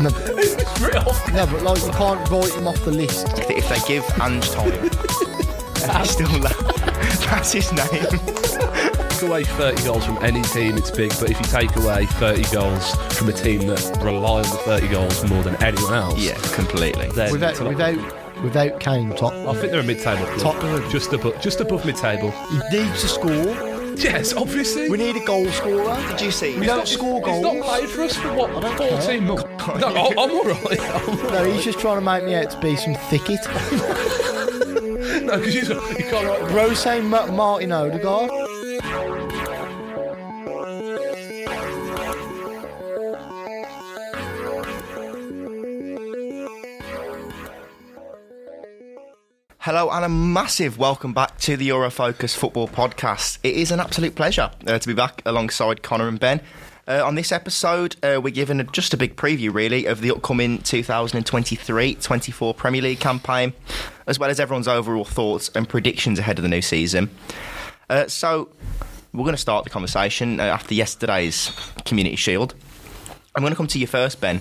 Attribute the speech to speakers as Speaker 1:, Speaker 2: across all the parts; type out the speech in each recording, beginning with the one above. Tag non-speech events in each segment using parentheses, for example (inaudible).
Speaker 1: No,
Speaker 2: It's real.
Speaker 1: no, but like you can't write him off the list.
Speaker 3: If they give Ange time, and he's still that. (laughs) That's his name.
Speaker 2: Take away 30 goals from any team, it's big. But if you take away 30 goals from a team that rely on the 30 goals more than anyone else,
Speaker 3: Yeah, completely.
Speaker 2: then it's
Speaker 1: Without,
Speaker 2: a lot.
Speaker 1: without, without Kane, top.
Speaker 2: I think they're a mid-table club.
Speaker 1: Top of the-
Speaker 2: just above, just above mid-table.
Speaker 1: He needs to score.
Speaker 2: Yes, obviously.
Speaker 1: We need a goal scorer.
Speaker 3: Did you see?
Speaker 1: We don't score
Speaker 2: He's
Speaker 1: goals.
Speaker 2: not played for us for what?
Speaker 1: I don't
Speaker 2: 14
Speaker 1: care.
Speaker 2: months.
Speaker 1: (laughs)
Speaker 2: No, I- I'm all right. (laughs) I'm all
Speaker 1: No, he's just trying to make me out to be some thicket.
Speaker 2: right. No, because you can't write.
Speaker 1: Rose Ma- Martin Odegaard.
Speaker 3: Hello and a massive welcome back to the Eurofocus Football Podcast. It is an absolute pleasure uh, to be back alongside Connor and Ben. Uh, on this episode, uh, we're giving a, just a big preview, really, of the upcoming 2023-24 Premier League campaign, as well as everyone's overall thoughts and predictions ahead of the new season. Uh, so, we're going to start the conversation uh, after yesterday's Community Shield. I'm going to come to you first, Ben.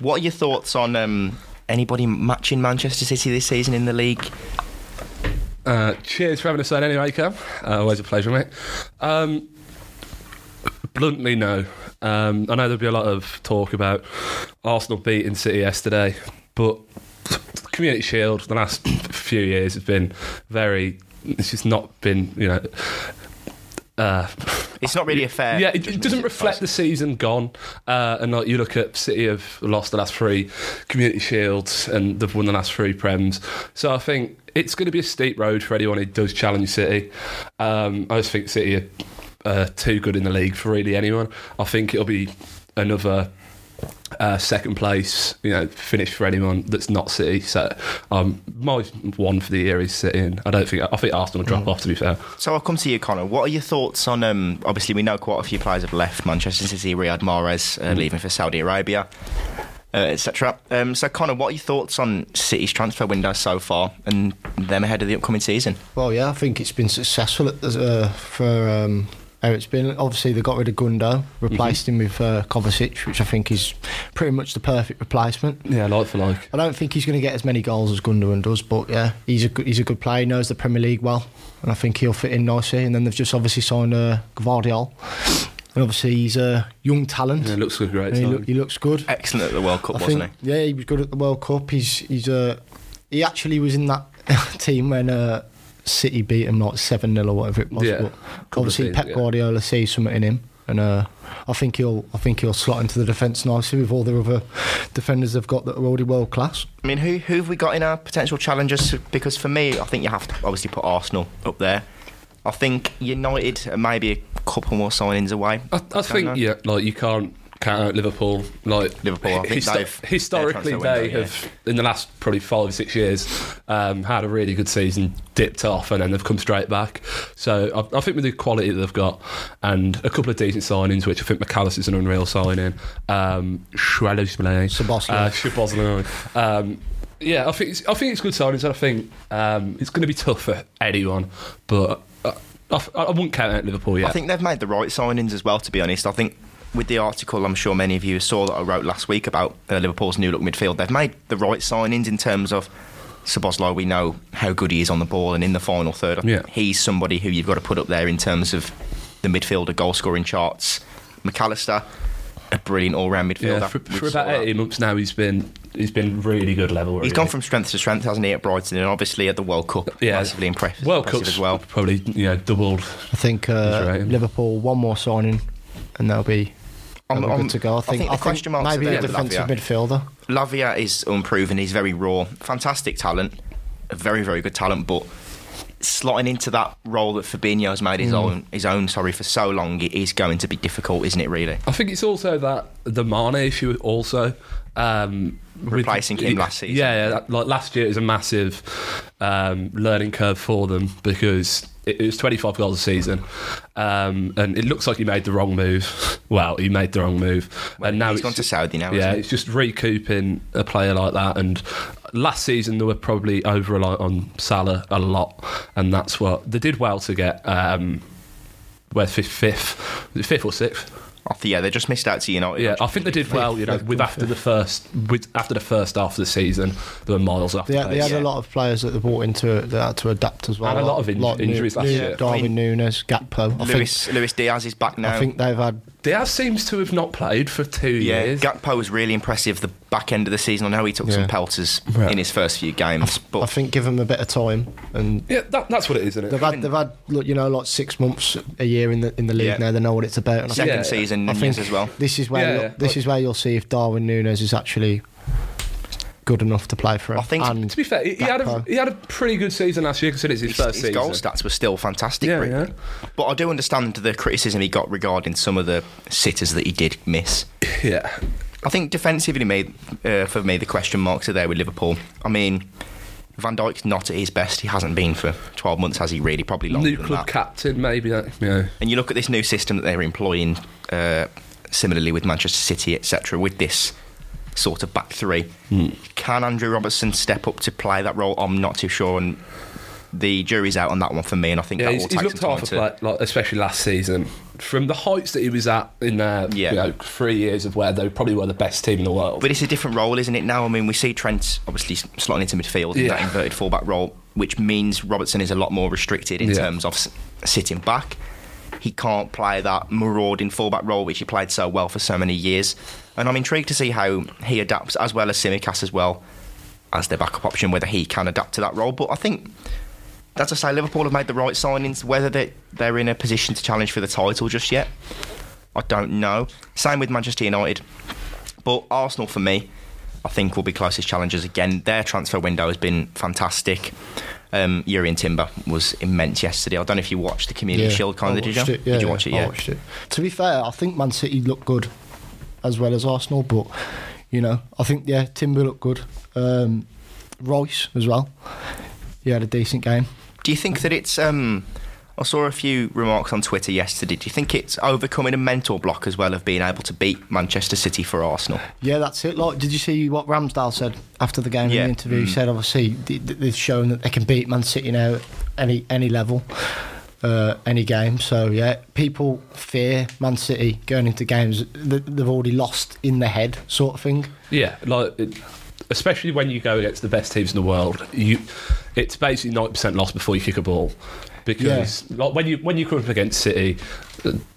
Speaker 3: What are your thoughts on um, anybody matching Manchester City this season in the league?
Speaker 2: Uh, cheers for having us on anyway, Cam. Uh, always a pleasure, mate. Um, bluntly, no. Um, I know there'll be a lot of talk about Arsenal beating City yesterday, but Community Shield the last few years has been very. It's just not been, you know. Uh,
Speaker 3: It's not really a fair.
Speaker 2: Yeah, it, it doesn't reflect the season gone. Uh, and like you look at City have lost the last three Community Shields and they've won the last three Prems. So I think it's going to be a steep road for anyone who does challenge City. Um, I just think City are uh, too good in the league for really anyone. I think it'll be another. Uh, second place, you know, finish for anyone that's not City. So, um, my one for the year is City. And I don't think I think Arsenal will drop off. To be fair,
Speaker 3: So I'll come to you, Connor. What are your thoughts on? Um, obviously, we know quite a few players have left Manchester City. Riyad Mahrez
Speaker 2: Mm.
Speaker 3: uh, leaving for Saudi Arabia, uh, etc. Um, so, Connor, what are your thoughts on City's transfer window so far and them ahead of the upcoming season?
Speaker 1: Well, yeah, I think it's been successful at the, uh, for um, how it's been. Obviously, they got rid of Gundo, replaced him with uh, Kovacic, which I think is pretty much the perfect replacement.
Speaker 2: yeah, like for like.
Speaker 1: I don't think he's going to get as many goals as Gundogan does, but yeah, he's a good, he's a good player. He knows the Premier League well, and I think he'll fit in nicely. And then they've just obviously signed uh, Gvardiol, and obviously he's a young talent.
Speaker 2: Yeah, it looks like a great
Speaker 1: and he,
Speaker 2: time.
Speaker 1: look, he looks good.
Speaker 3: Excellent at the World Cup,
Speaker 1: I
Speaker 3: wasn't
Speaker 1: think, Yeah, he was good at the World Cup. He's he's uh, he actually was in that (laughs) team when uh, City beat him like seven 0 or whatever it was.
Speaker 2: Yeah,
Speaker 1: But
Speaker 2: couple of
Speaker 1: obviously
Speaker 2: days,
Speaker 1: Pep
Speaker 2: yeah.
Speaker 1: Guardiola sees something in him, and uh, I think he'll I think he'll slot into the defence nicely with all the other defenders they've got that are already world class.
Speaker 3: he? I mean, who who have we got in our potential challengers? Because for me, I think you have to obviously put Arsenal up there. I think United are maybe a couple more signings away.
Speaker 2: I, I think
Speaker 3: know.
Speaker 2: yeah, like you can't count out Liverpool. Like
Speaker 3: Liverpool, I think they've-
Speaker 2: historically,
Speaker 3: their transfer
Speaker 2: they
Speaker 3: window, yeah.
Speaker 2: have in the last probably five or six years um, had a really good season, dipped off, and then they've come straight back. So I, I think with the quality that they've got and a couple of decent signings, which I think McAllister's an unreal signing, um,
Speaker 1: Szoboszlai.
Speaker 2: uh, Szoboszlai. Um, yeah, I think it's, I think it's good signings, and I think um, it's going to be tough for anyone, but. I, I, I wouldn't count out Liverpool yet.
Speaker 3: I think they've made the right signings as well. To be honest, I think with the article, I'm sure many of you saw that I wrote last week about uh, Liverpool's new look midfield. They've made the right signings in terms of Szoboszlai. We know how good he is on the ball, and in the final third, I think
Speaker 2: Yeah.
Speaker 3: he's somebody who you've got to put up there in terms of the midfielder goal scoring charts. McAllister, a brilliant all round midfielder.
Speaker 2: Yeah, for,
Speaker 3: We
Speaker 2: for
Speaker 3: saw
Speaker 2: about
Speaker 3: that.
Speaker 2: eighteen months now, he's been he's been really good level.
Speaker 3: He's gone from strength to strength, hasn't he, at Brighton, and obviously at the World Cup,
Speaker 2: Yeah.
Speaker 3: massively impressive,
Speaker 2: World
Speaker 3: impressive
Speaker 2: Cup
Speaker 3: as well.
Speaker 2: Probably you know doubled.
Speaker 1: I think uh,
Speaker 2: He's right.
Speaker 1: Liverpool one more signing, and they'll be.
Speaker 3: I'm-
Speaker 1: they'll be
Speaker 3: I'm-
Speaker 1: good to go. I
Speaker 3: I
Speaker 1: think,
Speaker 3: think the question marks
Speaker 1: maybe
Speaker 3: are
Speaker 1: a
Speaker 3: there with
Speaker 1: defensive
Speaker 3: Lafayette.
Speaker 1: midfielder.
Speaker 3: Lavia is unproven. He's very raw. Fantastic talent. A very, very good talent, but slotting into that role that Fabinho's made
Speaker 1: Mm.
Speaker 3: his own his own sorry for so long it is going to be difficult, isn't it really?
Speaker 2: I think it's also that the Mane issue also. Um, with-
Speaker 3: Replacing him last season.
Speaker 2: Yeah, yeah that, like last year it was a massive um, learning curve for them because it, it was 25 goals a season, um, and it looks like he made the wrong move. Well, he made the wrong move, and now
Speaker 3: he's
Speaker 2: it's
Speaker 3: gone to Saudi now,
Speaker 2: Yeah,
Speaker 3: hasn't he?
Speaker 2: it's just recouping a player like that, and last season they were probably over reliant on Salah a lot, and that's what they did well to get. Um, where fifth, fifth, Was it fifth or sixth?
Speaker 3: I think, yeah, they just missed out to United.
Speaker 2: Yeah, I think they did well. You know, with after the first, with after the first half of the season, they were miles off.
Speaker 1: They
Speaker 2: the
Speaker 1: had, they
Speaker 2: pace.
Speaker 1: had
Speaker 3: Yeah.
Speaker 1: a lot of players that they brought into it that had to adapt as well.
Speaker 2: And a lot of inj-
Speaker 1: Nu-
Speaker 2: injuries last
Speaker 1: Nu-
Speaker 2: year.
Speaker 1: Darwin
Speaker 3: I mean,
Speaker 1: Nunes, Gakpo. I think,
Speaker 3: Luis Luis Diaz is back now.
Speaker 1: I think they've had
Speaker 2: Diaz seems to have not played for two
Speaker 3: yeah,
Speaker 2: years.
Speaker 3: Gakpo was really impressive the back end of the season. I know he took some
Speaker 1: Yeah.
Speaker 3: pelters
Speaker 2: Yeah.
Speaker 3: in his first few games,
Speaker 1: I
Speaker 3: but
Speaker 1: think give them a bit of time, and
Speaker 2: yeah, that, that's what it is, isn't
Speaker 1: they've
Speaker 2: it?
Speaker 1: had they've had look, you know like six months a year in the in the league
Speaker 3: Yeah.
Speaker 1: now. They know what it's about. And I
Speaker 3: second
Speaker 1: think,
Speaker 2: Yeah.
Speaker 3: season
Speaker 1: I
Speaker 3: Nunez
Speaker 1: think
Speaker 3: as well.
Speaker 1: This is where
Speaker 2: Yeah,
Speaker 1: you'll-
Speaker 2: yeah.
Speaker 1: this is where you'll see if Darwin Nunes is actually good enough to play for him.
Speaker 3: I think-
Speaker 1: and
Speaker 2: To be fair, he, he had a
Speaker 1: Gakpo.
Speaker 2: he had a pretty good season last year considering it's his
Speaker 3: His,
Speaker 2: first
Speaker 3: his
Speaker 2: season.
Speaker 3: goal stats were still fantastic,
Speaker 2: Yeah,
Speaker 3: really. but I do understand the criticism he got regarding some of the sitters that he did miss.
Speaker 2: yeah,
Speaker 3: I think defensively, made uh, for me, the question marks are there with Liverpool. I mean, Van Dijk's not at his best. He hasn't been for 12 months, has he? Really, probably longer
Speaker 2: new
Speaker 3: than
Speaker 2: club
Speaker 3: that.
Speaker 2: captain maybe. uh, Yeah,
Speaker 3: And you look at this new system that they're employing, uh, similarly with Manchester City, etc., with this sort of back three.
Speaker 2: Hmm.
Speaker 3: Can Andrew Robertson step up to play that role? I'm not too sure. And the jury's out on that one for me. And I think
Speaker 2: yeah.
Speaker 3: that
Speaker 2: He's,
Speaker 3: will
Speaker 2: he's
Speaker 3: take
Speaker 2: looked
Speaker 3: some
Speaker 2: half
Speaker 3: time
Speaker 2: a
Speaker 3: to.
Speaker 2: play, like, especially last season. From the heights that he was at in their
Speaker 3: Yeah.
Speaker 2: you know, three years of where they probably were the best team in the world.
Speaker 3: But it's a different role, isn't it? Now, I mean, we see Trent obviously s- slotting into midfield in
Speaker 2: Yeah.
Speaker 3: that inverted fullback role, which means Robertson is a lot more restricted in
Speaker 2: Yeah.
Speaker 3: terms of s- sitting back. He can't play that marauding fullback role, which he played so well for so many years. And I'm intrigued to see how he adapts, as well as Simicas as well as their backup option, whether he can adapt to that role. But I think, as I say, Liverpool have made the right signings. Whether they they're in a position to challenge for the title just yet, I don't know. Same with Manchester United. But Arsenal, for me, I think will be closest challengers again. Their transfer window has been fantastic. Um, Urian Timber was immense yesterday. I don't know if you watched the Community Shield kind
Speaker 1: I
Speaker 3: of, did you?
Speaker 1: watched it,
Speaker 3: did you watch it?
Speaker 1: I
Speaker 3: Yeah.
Speaker 1: watched it. To be fair, I think Man City looked good as well as Arsenal, but you know, I think yeah, Timber looked good. Um, Royce as well. He had a decent game.
Speaker 3: Do you think that it's? Um, I saw a few remarks on Twitter yesterday. Do you think it's overcoming a mental block as well of being able to beat Manchester City for Arsenal?
Speaker 1: Yeah, that's it. Like, did you see what Ramsdale said after the game
Speaker 3: Yeah. Mm.
Speaker 1: in the interview? He said, obviously, th- th- they've shown that they can beat Man City now at any any level, uh, any game. So yeah, people fear Man City going into games that they've already lost in their head, sort of thing.
Speaker 2: Yeah, like it, especially when you go against the best teams in the world, you it's basically ninety percent loss before you kick a ball. Because like when you when you come up against City,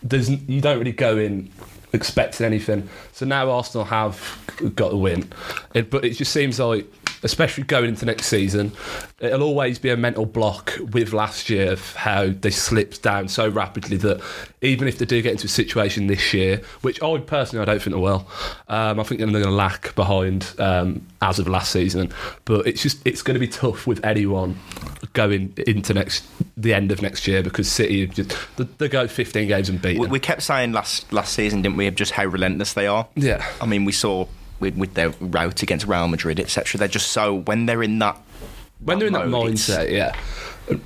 Speaker 2: there's n- you don't really go in expecting anything. So now Arsenal have got a win, it, but it just seems like. Especially going into next season, it'll always be a mental block with last year of how they slipped down so rapidly that even if they do get into a situation this year, which I personally I don't think they will, um, I think they're going to lack behind um, as of last season. But it's just it's going to be tough with anyone going into next the end of next year because City have just they, they go 15 games and beat.
Speaker 3: We,
Speaker 2: them.
Speaker 3: we kept saying last last season, didn't we, of just how relentless they are?
Speaker 2: Yeah.
Speaker 3: I mean, we saw with, with their rout against Real Madrid, etc. They're just so when they're in that
Speaker 2: when they're in that
Speaker 3: mode, it's-
Speaker 2: mindset, yeah,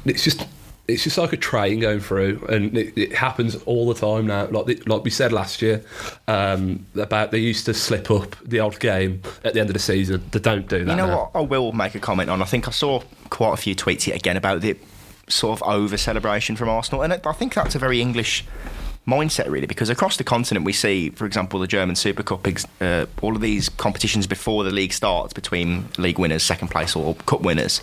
Speaker 2: it's just it's just like a train going through, and it, it happens all the time now. Like the, like we said last year um, about they used to slip up the odd game at the end of the season. They don't do that.
Speaker 3: You know
Speaker 2: now.
Speaker 3: what? I will make a comment on. I think I saw quite a few tweets yet again about the sort of over celebration from Arsenal, and I think that's a very English mindset, really, because across the continent we see, for example, the German Super Cup, ex- uh, all of these competitions before the league starts between league winners, second place, or cup winners.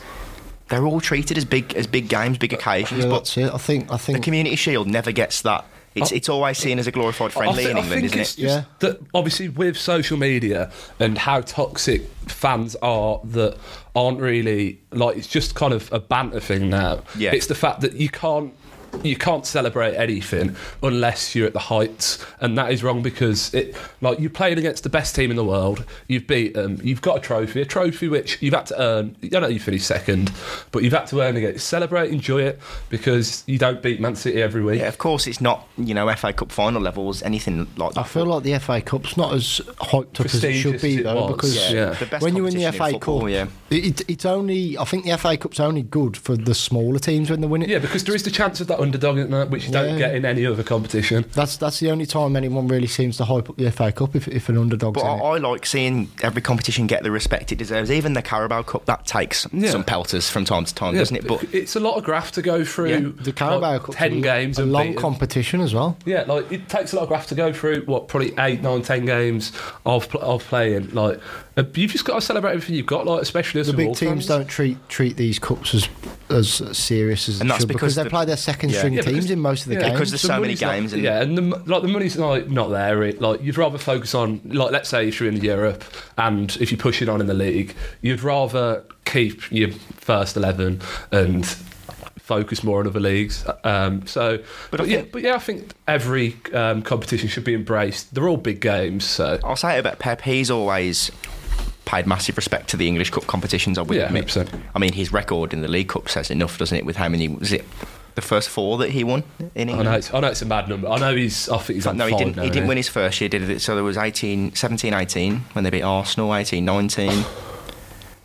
Speaker 3: They're all treated as big as big games, big occasions,
Speaker 1: Yeah,
Speaker 3: but
Speaker 1: that's it. I think. I
Speaker 3: the
Speaker 1: think.
Speaker 3: Community Shield never gets that. It's
Speaker 1: Oh.
Speaker 3: it's always seen as a glorified friendly
Speaker 2: thi-
Speaker 3: in England, isn't
Speaker 2: it's
Speaker 3: it?
Speaker 2: just
Speaker 1: Yeah.
Speaker 2: That obviously with social media and how toxic fans are that aren't really like it's just kind of a banter thing now.
Speaker 3: Yeah.
Speaker 2: It's the fact that you can't you can't celebrate anything unless you're at the heights, and that is wrong because it like you're playing against the best team in the world. You've beat them. You've got a trophy, a trophy which you've had to earn. I know you finished second, but you've had to earn it. Celebrate, enjoy it because you don't beat Man City every week.
Speaker 3: Yeah, of course, it's not you know FA Cup final levels, anything like that.
Speaker 1: I feel like the FA Cup's not as hyped up as it should
Speaker 2: Prestigious
Speaker 1: be
Speaker 2: it
Speaker 1: though,
Speaker 2: was,
Speaker 1: because
Speaker 2: yeah. Yeah.
Speaker 3: The best
Speaker 1: when you win the
Speaker 3: competition
Speaker 1: FA
Speaker 3: in football,
Speaker 1: Cup,
Speaker 3: yeah.
Speaker 1: it, it's only I think the FA Cup's only good for the smaller teams when they win it.
Speaker 2: Yeah, because there is the chance of that underdog, isn't it? Which you don't
Speaker 1: Yeah.
Speaker 2: get in any other competition.
Speaker 1: That's that's the only time anyone really seems to hype up the FA Cup if, if an underdog's
Speaker 3: But
Speaker 1: in
Speaker 3: I,
Speaker 1: it.
Speaker 3: I like seeing every competition get the respect it deserves. Even the Carabao Cup that takes
Speaker 2: Yeah.
Speaker 3: some pelters from time to time, doesn't it? But
Speaker 2: it's a lot of graft to go through.
Speaker 3: Yeah,
Speaker 1: the Carabao
Speaker 2: like,
Speaker 1: Cup's
Speaker 2: ten
Speaker 1: a,
Speaker 2: games,
Speaker 1: a
Speaker 2: and
Speaker 1: long
Speaker 2: beaten.
Speaker 1: competition as well.
Speaker 2: Yeah, like it takes a lot of graft to go through. What probably eight, nine, ten games of pl- of playing. Like uh, you've just got to celebrate everything you've got. Like especially as
Speaker 1: The
Speaker 2: a
Speaker 1: big
Speaker 2: Wolves
Speaker 1: teams
Speaker 2: fans.
Speaker 1: don't treat treat these cups as as serious as
Speaker 3: And
Speaker 1: they
Speaker 3: that's
Speaker 1: should because,
Speaker 3: because
Speaker 1: they
Speaker 3: the-
Speaker 1: play their second
Speaker 3: Yeah.
Speaker 1: string
Speaker 2: Yeah,
Speaker 1: teams
Speaker 2: because-
Speaker 1: in most of the
Speaker 2: yeah,
Speaker 1: games.
Speaker 3: because there's so many
Speaker 2: money's not-
Speaker 3: games, and
Speaker 2: yeah, and the, mo- like the money's like not there. It, like you'd rather focus on like let's say if you're in Europe and if you push it on in the league, you'd rather keep your first eleven and focus more on other leagues. Um, so, but, yeah, but yeah, I think every um, competition should be embraced. They're all big games, so
Speaker 3: I'll say it about Pep. He's always paid massive respect to the English Cup competitions. I would
Speaker 2: Yeah,
Speaker 3: admit.
Speaker 2: 100%.
Speaker 3: I mean, his record in the League Cup says enough, doesn't it? With how many was it? The first four that he won in
Speaker 2: I
Speaker 3: England.
Speaker 2: know, it's, I know it's a mad number. I know he's. I think he's on
Speaker 3: No, he
Speaker 2: five
Speaker 3: didn't.
Speaker 2: now,
Speaker 3: he didn't
Speaker 2: isn't
Speaker 3: win his first year, did it? So there was 18, 17, 18 when they beat Arsenal, 18,
Speaker 2: (laughs)
Speaker 3: 19. so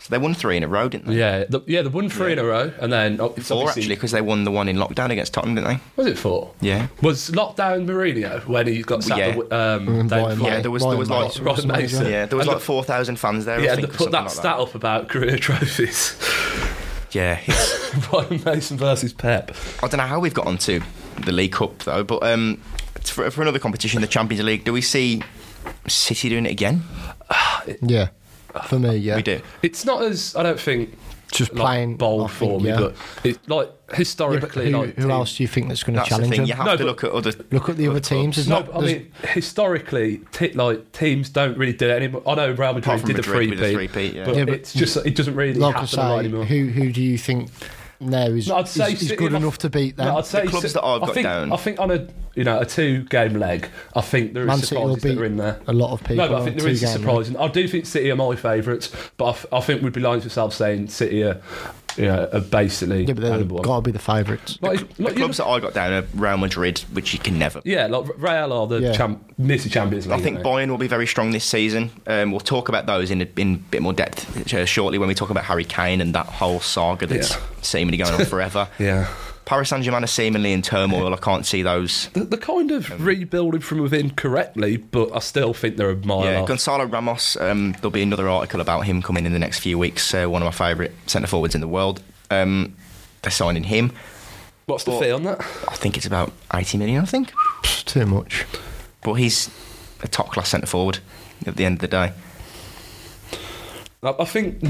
Speaker 3: they won three in a row, didn't they?
Speaker 2: Yeah, the, yeah, they won three in a row, and then oh, it's
Speaker 3: Four
Speaker 2: obviously-
Speaker 3: actually, because they won the one in lockdown against Tottenham, didn't they?
Speaker 2: Was it four?
Speaker 3: Yeah.
Speaker 2: Was lockdown Mourinho when he got sacked?
Speaker 3: Yeah.
Speaker 2: the- Um,
Speaker 1: And
Speaker 2: they-
Speaker 1: Ryan
Speaker 3: yeah,
Speaker 1: May-
Speaker 3: there was- there
Speaker 1: Ryan
Speaker 3: was like-
Speaker 1: Mason
Speaker 2: Ryan
Speaker 1: was the manager.
Speaker 2: Mason.
Speaker 3: Yeah, there was
Speaker 2: And
Speaker 3: like
Speaker 2: the-
Speaker 3: four thousand fans there.
Speaker 2: yeah,
Speaker 3: I
Speaker 2: they
Speaker 3: think, or
Speaker 2: put
Speaker 3: something
Speaker 2: that
Speaker 3: like
Speaker 2: stat up about career (laughs) trophies.
Speaker 3: Yeah, it's-
Speaker 2: Ryan Mason versus Pep.
Speaker 3: I don't know how we've got onto the League Cup though, but um, it's for, for another competition, the Champions League, do we see City doing it again?
Speaker 1: Yeah, for me, yeah,
Speaker 3: We do.
Speaker 2: It's not as I don't think
Speaker 1: Just
Speaker 2: like,
Speaker 1: playing I
Speaker 2: bold
Speaker 1: think,
Speaker 2: for me,
Speaker 1: yeah.
Speaker 2: but it's like
Speaker 1: Yeah, but
Speaker 2: historically,
Speaker 1: who,
Speaker 2: like
Speaker 1: who
Speaker 2: team-
Speaker 1: else do you think that's going to
Speaker 3: That's the
Speaker 1: challenge
Speaker 3: thing. You
Speaker 1: them?
Speaker 3: have
Speaker 2: No,
Speaker 3: to
Speaker 2: but-
Speaker 3: look at other.
Speaker 1: Look at the other teams. There's
Speaker 2: No,
Speaker 1: not.
Speaker 2: but I
Speaker 1: there's-
Speaker 2: mean historically, te- like teams don't really do it anymore. I know Real Madrid
Speaker 3: from
Speaker 2: did
Speaker 3: Madrid
Speaker 2: the
Speaker 3: with the
Speaker 2: three
Speaker 3: three-peat,
Speaker 2: P,
Speaker 3: yeah.
Speaker 2: but
Speaker 1: Yeah, but-
Speaker 2: it's just it doesn't really
Speaker 1: like I
Speaker 2: happen a lot
Speaker 1: say,
Speaker 2: anymore.
Speaker 1: who who do you think now is
Speaker 2: No, I'd
Speaker 1: is-
Speaker 2: say
Speaker 1: is,
Speaker 2: City-
Speaker 1: good
Speaker 2: I-
Speaker 1: enough to beat them?
Speaker 2: No, I'd say
Speaker 3: clubs
Speaker 2: City-
Speaker 3: that I've got
Speaker 2: I think,
Speaker 3: down.
Speaker 2: I think on a you know a two game leg, I think there is
Speaker 1: Man City will
Speaker 2: surprises that
Speaker 1: beat
Speaker 2: are in there.
Speaker 1: a lot of people.
Speaker 2: No, but I
Speaker 1: on
Speaker 2: think
Speaker 1: a
Speaker 2: there is a
Speaker 1: two-game
Speaker 2: surprise. And I do think City are my favourites, but I, f- I think we'd be lying to ourselves saying City are, you know, are basically
Speaker 1: run. Yeah, but
Speaker 2: animal.
Speaker 1: they've got to be the favourites.
Speaker 2: Like,
Speaker 3: The
Speaker 2: like, you
Speaker 3: clubs that I got down are Real Madrid, which you can never.
Speaker 2: yeah, like Real are the
Speaker 1: Yeah.
Speaker 2: champ, Missy Champions League.
Speaker 3: I think
Speaker 2: mate.
Speaker 3: Bayern will be very strong this season. Um, we'll talk about those in a, in a bit more depth uh, shortly when we talk about Harry Kane and that whole saga that's
Speaker 2: Yeah.
Speaker 3: seemingly going on forever.
Speaker 2: yeah.
Speaker 3: Paris Saint Germain are seemingly in turmoil. I can't see those.
Speaker 2: They're they're kind
Speaker 3: Um,
Speaker 2: of rebuilding from within correctly, but I still think they're a mile
Speaker 3: Yeah,
Speaker 2: off.
Speaker 3: Gonzalo Ramos. Um, there'll be another article about him coming in the next few weeks. Uh, one of my favourite centre forwards in the world. Um, they're signing him.
Speaker 2: What's the
Speaker 3: Well-
Speaker 2: fee on that?
Speaker 3: I think it's about 80 million. I think,
Speaker 1: It's too much.
Speaker 3: but he's a top class centre forward. At the end of the day,
Speaker 2: I I think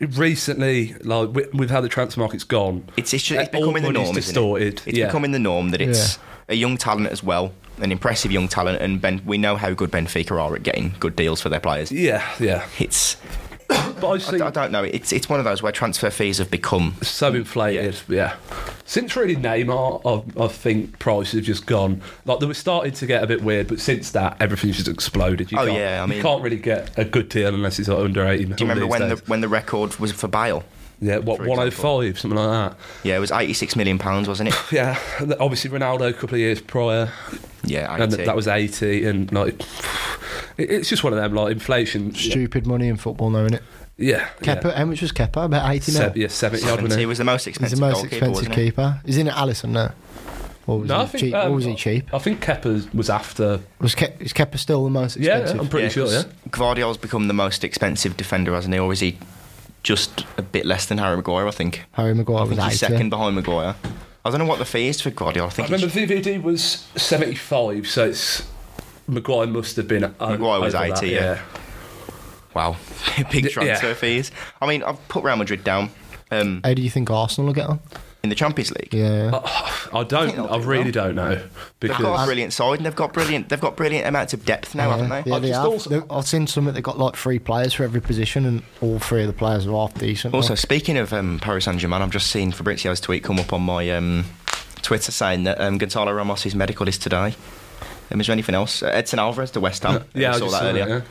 Speaker 2: recently, like wi- with how the transfer market's gone,
Speaker 3: it's it's, ju- it's
Speaker 2: Uh, all
Speaker 3: becoming the
Speaker 2: money's
Speaker 3: norm.
Speaker 2: distorted,
Speaker 3: Isn't it? It's
Speaker 2: yeah.
Speaker 3: becoming the norm that it's a young talent as well, an impressive young talent, and ben, we know how good Benfica are at getting good deals for their players.
Speaker 2: yeah, yeah.
Speaker 3: It's
Speaker 2: But I've
Speaker 3: I,
Speaker 2: seen
Speaker 3: I don't know. It's it's one of those where transfer fees have become
Speaker 2: so inflated. Yeah. Since really Neymar, I, I think prices have just gone. Like they were starting to get a bit weird, but since that, everything's just exploded. You
Speaker 3: Oh,
Speaker 2: can't,
Speaker 3: yeah, I mean-
Speaker 2: you can't really get a good deal unless it's like under eighty.
Speaker 3: Do you remember when the when the record was for Bale?
Speaker 2: yeah, what
Speaker 3: for
Speaker 2: one
Speaker 3: example?
Speaker 2: hundred five, something like that.
Speaker 3: Yeah, it was 86 million pounds,
Speaker 2: (sighs)
Speaker 3: wasn't it?
Speaker 2: Yeah, and obviously Ronaldo a couple of years prior,
Speaker 3: Yeah,
Speaker 2: and
Speaker 3: 80.
Speaker 2: that was eighty, and like it- it's just one of them. Like inflation,
Speaker 1: Stupid money in football, now, isn't it?
Speaker 2: yeah, yeah.
Speaker 1: Kepper, how much was Kepper? About eighty
Speaker 2: Se-
Speaker 1: now.
Speaker 2: yeah, seventy odd. wasn't
Speaker 3: he
Speaker 2: it?
Speaker 3: was the most
Speaker 1: He's
Speaker 3: expensive
Speaker 1: the most
Speaker 3: goalkeeper,
Speaker 1: expensive
Speaker 3: wasn't he?
Speaker 1: keeper. Is in it Allison now? Or was,
Speaker 2: No, I
Speaker 1: he,
Speaker 2: think,
Speaker 1: cheap?
Speaker 2: um,
Speaker 1: or was he cheap?
Speaker 2: I think Kepper was after.
Speaker 1: Was Ke- is Kepper still the most
Speaker 2: Yeah,
Speaker 1: expensive?
Speaker 2: I'm pretty sure. Yeah,
Speaker 3: 'cause Guardiola's become the most expensive defender, hasn't he? Or is he just a bit less than Harry Maguire, I think?
Speaker 1: Harry Maguire
Speaker 3: I think
Speaker 1: was
Speaker 3: he's
Speaker 1: eighty.
Speaker 3: second behind Maguire. I don't know what the fee is for Guardiola. I
Speaker 2: I
Speaker 3: think
Speaker 2: remember
Speaker 3: it's-
Speaker 2: VVD was 75, so it's. Maguire must have been. o-
Speaker 3: Maguire was
Speaker 2: over that,
Speaker 3: 80, yeah. wow, (laughs) big
Speaker 2: Yeah.
Speaker 3: transfer fees. I mean, I've put Real Madrid down um,
Speaker 1: How do you think Arsenal will get on?
Speaker 3: in the Champions League.
Speaker 1: Yeah,
Speaker 2: Oh, I don't.
Speaker 3: they'll
Speaker 2: I,
Speaker 3: do
Speaker 2: really don't know
Speaker 3: They've got a
Speaker 2: because
Speaker 3: brilliant side, and they've got brilliant. They've got brilliant amounts of depth now,
Speaker 1: yeah,
Speaker 3: eh? haven't they?
Speaker 1: yeah
Speaker 2: I
Speaker 1: they
Speaker 2: just
Speaker 1: have.
Speaker 2: also-
Speaker 1: They- I've seen some that they got like three players for every position, and all three of the players are half decent.
Speaker 3: Also,
Speaker 1: Like,
Speaker 3: speaking of um, Paris Saint Germain, I've just seen Fabrizio's tweet come up on my um, Twitter saying that um, Gonzalo Ramos's medical is today. Um, is there anything else? Uh, Edson Alvarez to West Ham.
Speaker 2: yeah,
Speaker 3: I
Speaker 2: I
Speaker 3: saw
Speaker 2: just
Speaker 3: that earlier.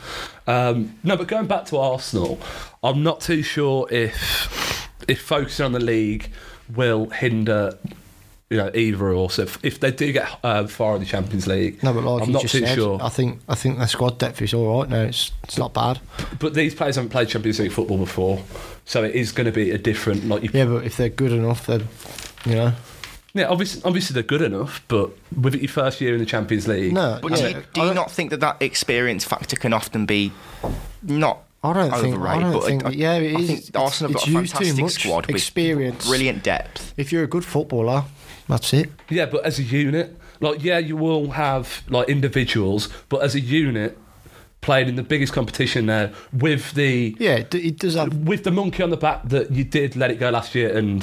Speaker 2: yeah. Um, no, but going back to Arsenal, I'm not too sure if if focusing on the league will hinder. You know, either or. So if, if they do get uh, far in the Champions League,
Speaker 1: no, but like
Speaker 2: I'm
Speaker 1: you
Speaker 2: not
Speaker 1: just
Speaker 2: too
Speaker 1: said,
Speaker 2: sure.
Speaker 1: I think I think their squad depth is all right now. It's it's not bad.
Speaker 2: But these players haven't played Champions League football before, so it is going to be a different. Like you,
Speaker 1: Yeah, but if they're good enough, they're you know
Speaker 2: Yeah, obviously, obviously they're good enough, but with it your first year in the Champions League,
Speaker 1: No,
Speaker 3: But
Speaker 1: yeah.
Speaker 3: do you, do you not think that that experience factor can often be not
Speaker 1: I don't
Speaker 3: overrated?
Speaker 1: think. I don't
Speaker 3: but
Speaker 1: think. yeah, it
Speaker 3: I
Speaker 1: is.
Speaker 3: think Arsenal have
Speaker 1: it's
Speaker 3: got a
Speaker 1: used too
Speaker 3: fantastic
Speaker 1: much
Speaker 3: squad with
Speaker 1: experience.
Speaker 3: brilliant depth.
Speaker 1: If you're a good footballer, that's it.
Speaker 2: Yeah, but as a unit, like yeah, you will have like individuals, but as a unit, playing in the biggest competition there with the
Speaker 1: Yeah, it, it does have.
Speaker 2: with the monkey on the back that you did let it go last year, and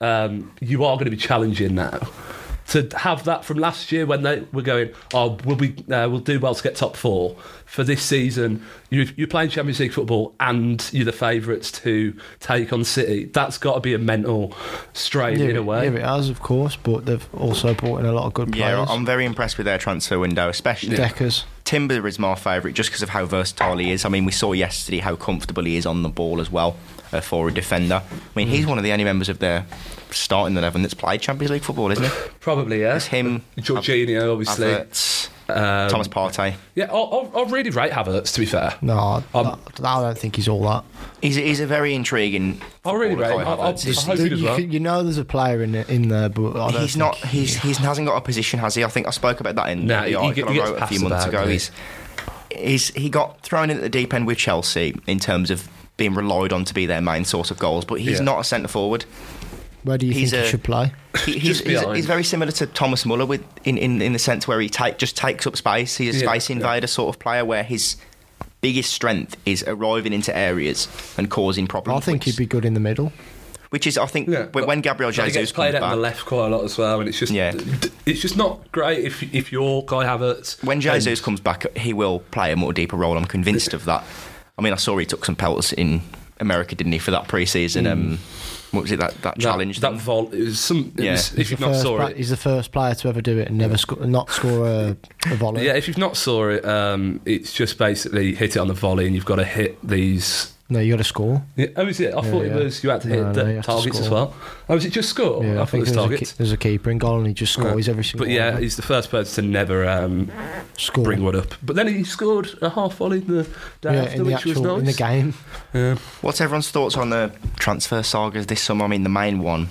Speaker 2: um, you are going to be challenging now. To have that from last year when they were going, oh, we'll be, uh, we'll do well to get top four. For this season, you, you're playing Champions League football and you're the favourites to take on City. That's got to be a mental strain in
Speaker 1: yeah,
Speaker 2: a way.
Speaker 1: yeah, it has, of course, but they've also brought in a lot of good
Speaker 3: Yeah,
Speaker 1: players.
Speaker 3: I'm very impressed with their transfer window, especially
Speaker 1: Deckers.
Speaker 3: Timber is my favourite just because of how versatile he is. I mean, we saw yesterday how comfortable he is on the ball as well uh, for a defender. I mean, he's
Speaker 1: Mm.
Speaker 3: one of the only members of their starting eleven that's played Champions League football, isn't he?
Speaker 2: Probably, yeah.
Speaker 3: It's him,
Speaker 2: Jorginho, obviously.
Speaker 3: Havertz,
Speaker 2: Um,
Speaker 3: Thomas Partey.
Speaker 2: Yeah, I, I, I really rate Havertz, to be fair.
Speaker 1: No, I-
Speaker 2: Um,
Speaker 1: I don't think he's all that.
Speaker 3: He's, he's a very intriguing.
Speaker 2: I really
Speaker 3: footballer,
Speaker 2: rate him. I-
Speaker 3: Kai
Speaker 2: I- I
Speaker 3: Havertz. He's-
Speaker 2: hope he
Speaker 1: you,
Speaker 2: does well.
Speaker 1: could- you know, there's a player in there, in there but I don't
Speaker 3: he's
Speaker 1: think-
Speaker 3: not. He's, he's he hasn't got a position, has he? I think I spoke about that in
Speaker 2: Nah, he-
Speaker 3: the
Speaker 2: he
Speaker 3: article
Speaker 2: gets
Speaker 3: I wrote a few
Speaker 2: passed
Speaker 3: months
Speaker 2: about,
Speaker 3: ago.
Speaker 2: doesn't he?
Speaker 3: He's, he's he got thrown in at the deep end with Chelsea in terms of being relied on to be their main source of goals, but he's
Speaker 2: Yeah.
Speaker 3: not a
Speaker 2: (laughs)
Speaker 3: centre forward.
Speaker 1: Where do you
Speaker 3: he's
Speaker 1: think
Speaker 3: a-
Speaker 1: he should play?
Speaker 3: He, he's,
Speaker 2: Just
Speaker 3: he's,
Speaker 2: behind.
Speaker 3: he's very similar to Thomas Muller with in, in, in the sense where he take, just takes up space. He's a
Speaker 2: Yeah,
Speaker 3: space invader sort of player where his biggest strength is arriving into areas and causing
Speaker 1: I
Speaker 3: problems.
Speaker 1: think he'd
Speaker 3: which,
Speaker 1: be good in the middle.
Speaker 3: which is I think
Speaker 2: Yeah,
Speaker 3: when,
Speaker 2: but-
Speaker 3: when Gabriel
Speaker 2: He gets
Speaker 3: Jesus
Speaker 2: played
Speaker 3: comes
Speaker 2: out on the
Speaker 3: back.
Speaker 2: left quite a lot as well, and it's just
Speaker 3: Yeah.
Speaker 2: it's just not great if if you're Guy Havertz.
Speaker 3: When Jesus comes back, he will play a more deeper role. I'm convinced of that. I mean, I saw he took some pelts in America, didn't he, for that preseason? Um, what was it that,
Speaker 2: Mm.
Speaker 3: that
Speaker 2: that,
Speaker 3: challenge?
Speaker 2: that
Speaker 3: thing?
Speaker 2: vault is some. it
Speaker 3: Yeah.
Speaker 2: was-
Speaker 1: He's
Speaker 2: if you've
Speaker 1: the
Speaker 2: not
Speaker 1: first
Speaker 2: saw
Speaker 1: pla-
Speaker 2: it,
Speaker 1: He's the first player to ever do it and never sco- not score a, a volley.
Speaker 2: yeah, if you've not saw it, um, it's just basically hit it on the volley, and you've got to hit these.
Speaker 1: No, you got to score.
Speaker 2: Yeah, oh, is it? I thought it
Speaker 1: yeah.
Speaker 2: was you had to hit
Speaker 1: No, no,
Speaker 2: the
Speaker 1: you have to
Speaker 2: targets as
Speaker 1: score.
Speaker 2: well. Oh, was it just score?
Speaker 1: Yeah,
Speaker 2: I, thought it was
Speaker 1: there's a,
Speaker 2: targets.
Speaker 1: ke- there's a keeper in goal and he just scores every single.
Speaker 2: but yeah,
Speaker 1: one.
Speaker 2: he's the first person to never um,
Speaker 1: score.
Speaker 2: bring one up. But then he scored a half volley in the day
Speaker 1: yeah,
Speaker 2: after,
Speaker 1: in the
Speaker 2: which
Speaker 1: actual
Speaker 2: was nice.
Speaker 1: in the game.
Speaker 3: What's everyone's thoughts on the transfer sagas this summer? I mean, the main one.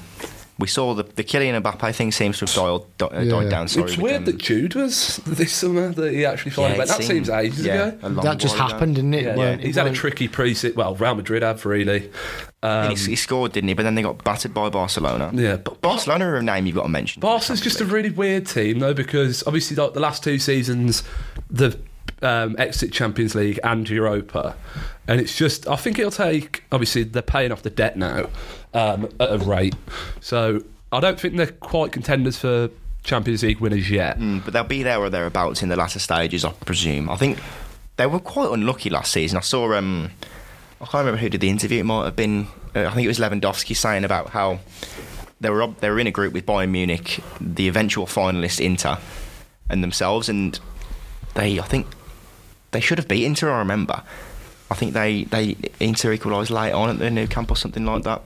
Speaker 3: We saw the, the Kylian Mbappe thing seems to have dialed, di- uh,
Speaker 1: Yeah.
Speaker 3: died down. Sorry,
Speaker 2: it's
Speaker 3: with,
Speaker 2: weird
Speaker 3: um,
Speaker 2: that Jude was (laughs) this summer that he actually finally
Speaker 3: it
Speaker 2: went. That
Speaker 3: seemed-
Speaker 2: seems ages
Speaker 3: yeah,
Speaker 2: ago.
Speaker 3: a long
Speaker 1: that just
Speaker 3: while ago.
Speaker 1: happened, didn't it?
Speaker 2: Yeah,
Speaker 1: It weren't- it
Speaker 2: he's had a
Speaker 1: weren't-
Speaker 2: tricky pre-season. Well, Real Madrid have really.
Speaker 3: And
Speaker 2: Um,
Speaker 3: he, he scored, didn't he? But then they got battered by Barcelona.
Speaker 2: yeah, but
Speaker 3: Barcelona are a name you've got to mention.
Speaker 2: Barca's just a really weird team though because obviously like, the last two seasons the um, exit Champions League and Europa, and it's just I think it'll take obviously they're paying off the debt now um, at a rate, so I don't think they're quite contenders for Champions League winners yet.
Speaker 3: Mm, but they'll be there or thereabouts in the latter stages, I presume. I think they were quite unlucky last season. I saw, um, I can't remember who did the interview. It might have been, uh, I think it was Lewandowski saying about how they were ob- they were in a group with Bayern Munich, the eventual finalist Inter, and themselves, and they, I think, they should have beat Inter. I remember. I think they, they Inter equalised late on at the new camp or something like that.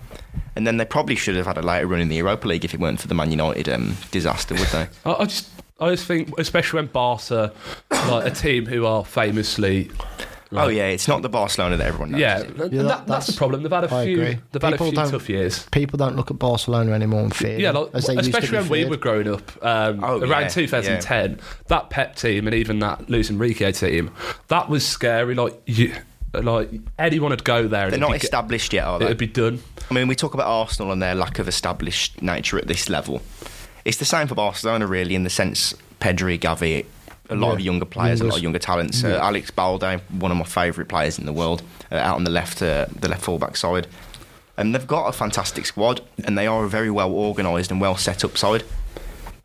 Speaker 3: And then they probably should have had a later run in the Europa League if it weren't for the Man United um, disaster, would they?
Speaker 2: I, I just I just think especially when Barca like a team who are famously
Speaker 3: Oh yeah, it's not the Barcelona that everyone knows.
Speaker 2: yeah,
Speaker 3: is it?
Speaker 2: and that,
Speaker 1: Yeah, that-
Speaker 2: that's, the
Speaker 1: that's-
Speaker 2: problem. They've had a
Speaker 1: I
Speaker 2: few
Speaker 1: agree.
Speaker 2: they've had a
Speaker 1: People
Speaker 2: few
Speaker 1: don't-
Speaker 2: tough years.
Speaker 1: People don't look at Barcelona anymore and fear.
Speaker 2: Yeah,
Speaker 1: them,
Speaker 2: like,
Speaker 1: as they used to
Speaker 2: especially
Speaker 1: be
Speaker 2: when we
Speaker 1: feared.
Speaker 2: were growing up, um,
Speaker 3: Oh,
Speaker 2: around
Speaker 3: yeah,
Speaker 2: 2010, that Pep team and even that Luis Enrique team, that was scary. Like you, like anyone would go there.
Speaker 3: They're
Speaker 2: and
Speaker 3: not
Speaker 2: it'd be,
Speaker 3: established yet, are
Speaker 2: It'd
Speaker 3: they?
Speaker 2: be done.
Speaker 3: I mean, we talk about Arsenal and their lack of established nature at this level. It's the same for Barcelona, really, in the sense Pedri, Gavi, a lot
Speaker 1: Yeah.
Speaker 3: of younger players, a lot of
Speaker 1: Youngest.
Speaker 3: younger talents. Uh, Alex Balde, one of my favourite players in the world, uh, out on the left, uh, the left fullback side, and they've got a fantastic squad, and they are a very well organised and well set up side.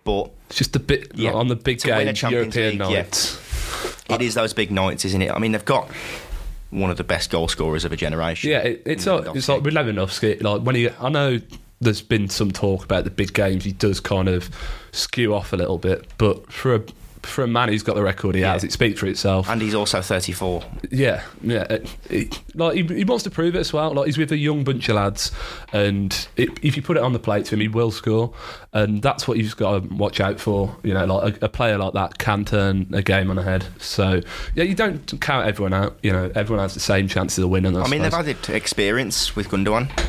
Speaker 3: But
Speaker 2: It's just a bit
Speaker 3: Yeah,
Speaker 2: like, on the big
Speaker 3: to win a
Speaker 2: game
Speaker 3: Champions
Speaker 2: European
Speaker 3: League, yeah.
Speaker 2: nights.
Speaker 3: it is those bbig nights, isn't it? I mean, they've got one of the best goal scorers of a generation.
Speaker 2: Yeah, it, it's
Speaker 3: Yeah,
Speaker 2: like, it's like with Lewandowski. Like when he, I know there's been some talk about the big games. He does kind of skew off a little bit, but for a for a man who's got the record he
Speaker 3: Yeah.
Speaker 2: has, it speaks for itself.
Speaker 3: and he's also 34.
Speaker 2: Yeah, yeah. It, it, like he, he wants to prove it as well. Like he's with a young bunch of lads, and it, if you put it on the plate to him, he will score. And that's what you've got to watch out for. You know, like a, a player like that can turn a game on the head. So yeah, you don't count everyone out. You know, everyone has the same chances of winning. I,
Speaker 3: I mean, they've
Speaker 2: suppose.
Speaker 3: added experience with Gundogan. I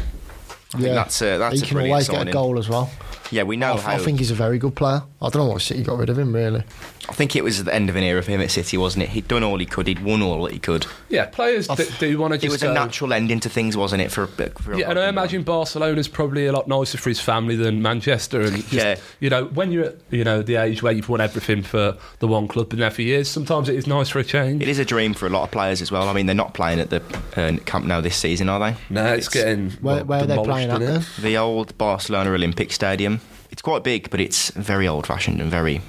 Speaker 3: think
Speaker 1: Yeah.
Speaker 3: that's a, that's
Speaker 1: he
Speaker 3: a
Speaker 1: can
Speaker 3: brilliant
Speaker 1: always
Speaker 3: signing.
Speaker 1: get a goal as well.
Speaker 3: Yeah, we know
Speaker 1: I,
Speaker 3: how.
Speaker 1: I think he's a very good player. I don't know why City got rid of him, really.
Speaker 3: I think it was the end of an era for him at City, wasn't it? He'd done all he could. He'd won all that he could.
Speaker 2: Yeah, players do, do want to
Speaker 3: It
Speaker 2: just
Speaker 3: was
Speaker 2: go-
Speaker 3: a natural ending to things, wasn't it? For, a bit- for a
Speaker 2: Yeah, and I
Speaker 3: Robin
Speaker 2: imagine Barcelona's probably a lot nicer for his family than Manchester. And just,
Speaker 3: Yeah.
Speaker 2: you know, when you're at you know the age where you've won everything for the one club been there for years, sometimes it is nice for a change.
Speaker 3: It is a dream for a lot of players as well. I mean, they're not playing at the uh, Camp Nou this season, are they?
Speaker 2: No, it's, getting
Speaker 1: Where,
Speaker 2: well,
Speaker 1: where are they
Speaker 2: demolished,
Speaker 1: playing at
Speaker 2: isn't it?
Speaker 1: then?
Speaker 3: The old Barcelona Olympic Stadium. It's quite big, but it's very old-fashioned and very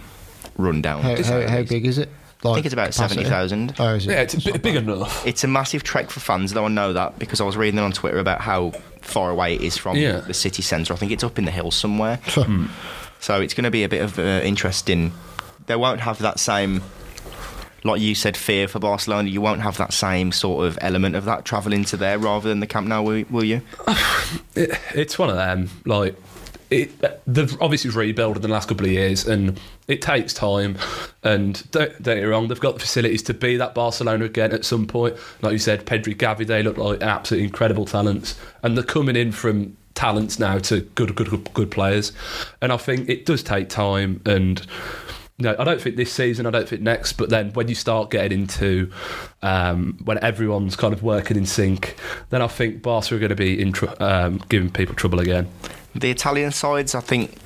Speaker 3: run down.
Speaker 1: How, how, how big is it? Like
Speaker 3: I think it's about
Speaker 1: capacity?
Speaker 3: 70,000.
Speaker 1: Oh, is it?
Speaker 2: Yeah, it's a bit big enough.
Speaker 3: It's a massive trek for fans, though I know that because I was reading on Twitter about how far away it is from
Speaker 2: Yeah.
Speaker 3: the city centre. I think it's up in the
Speaker 1: (laughs)
Speaker 3: hills somewhere. So it's going to be a bit of uh, interesting. They won't have that same, like you said, fear for Barcelona. You won't have that same sort of element of that travelling to there rather than the Camp Nou, will, will you?
Speaker 2: It, it's one of them. Like it, they've obviously rebuilt in the last couple of years, and it takes time. And don't, don't get me wrong, they've got the facilities to be that Barcelona again at some point. Like you said, Pedri, Gavi, they look like absolutely incredible talents, and they're coming in from talents now to good, good, good, good players. And I think it does take time and. No, I don't think this season. I don't think next. But then when you start getting into um, when everyone's kind of working in sync, then I think Barca are going to be in tr- um, giving people trouble again.
Speaker 3: The Italian sides, I think.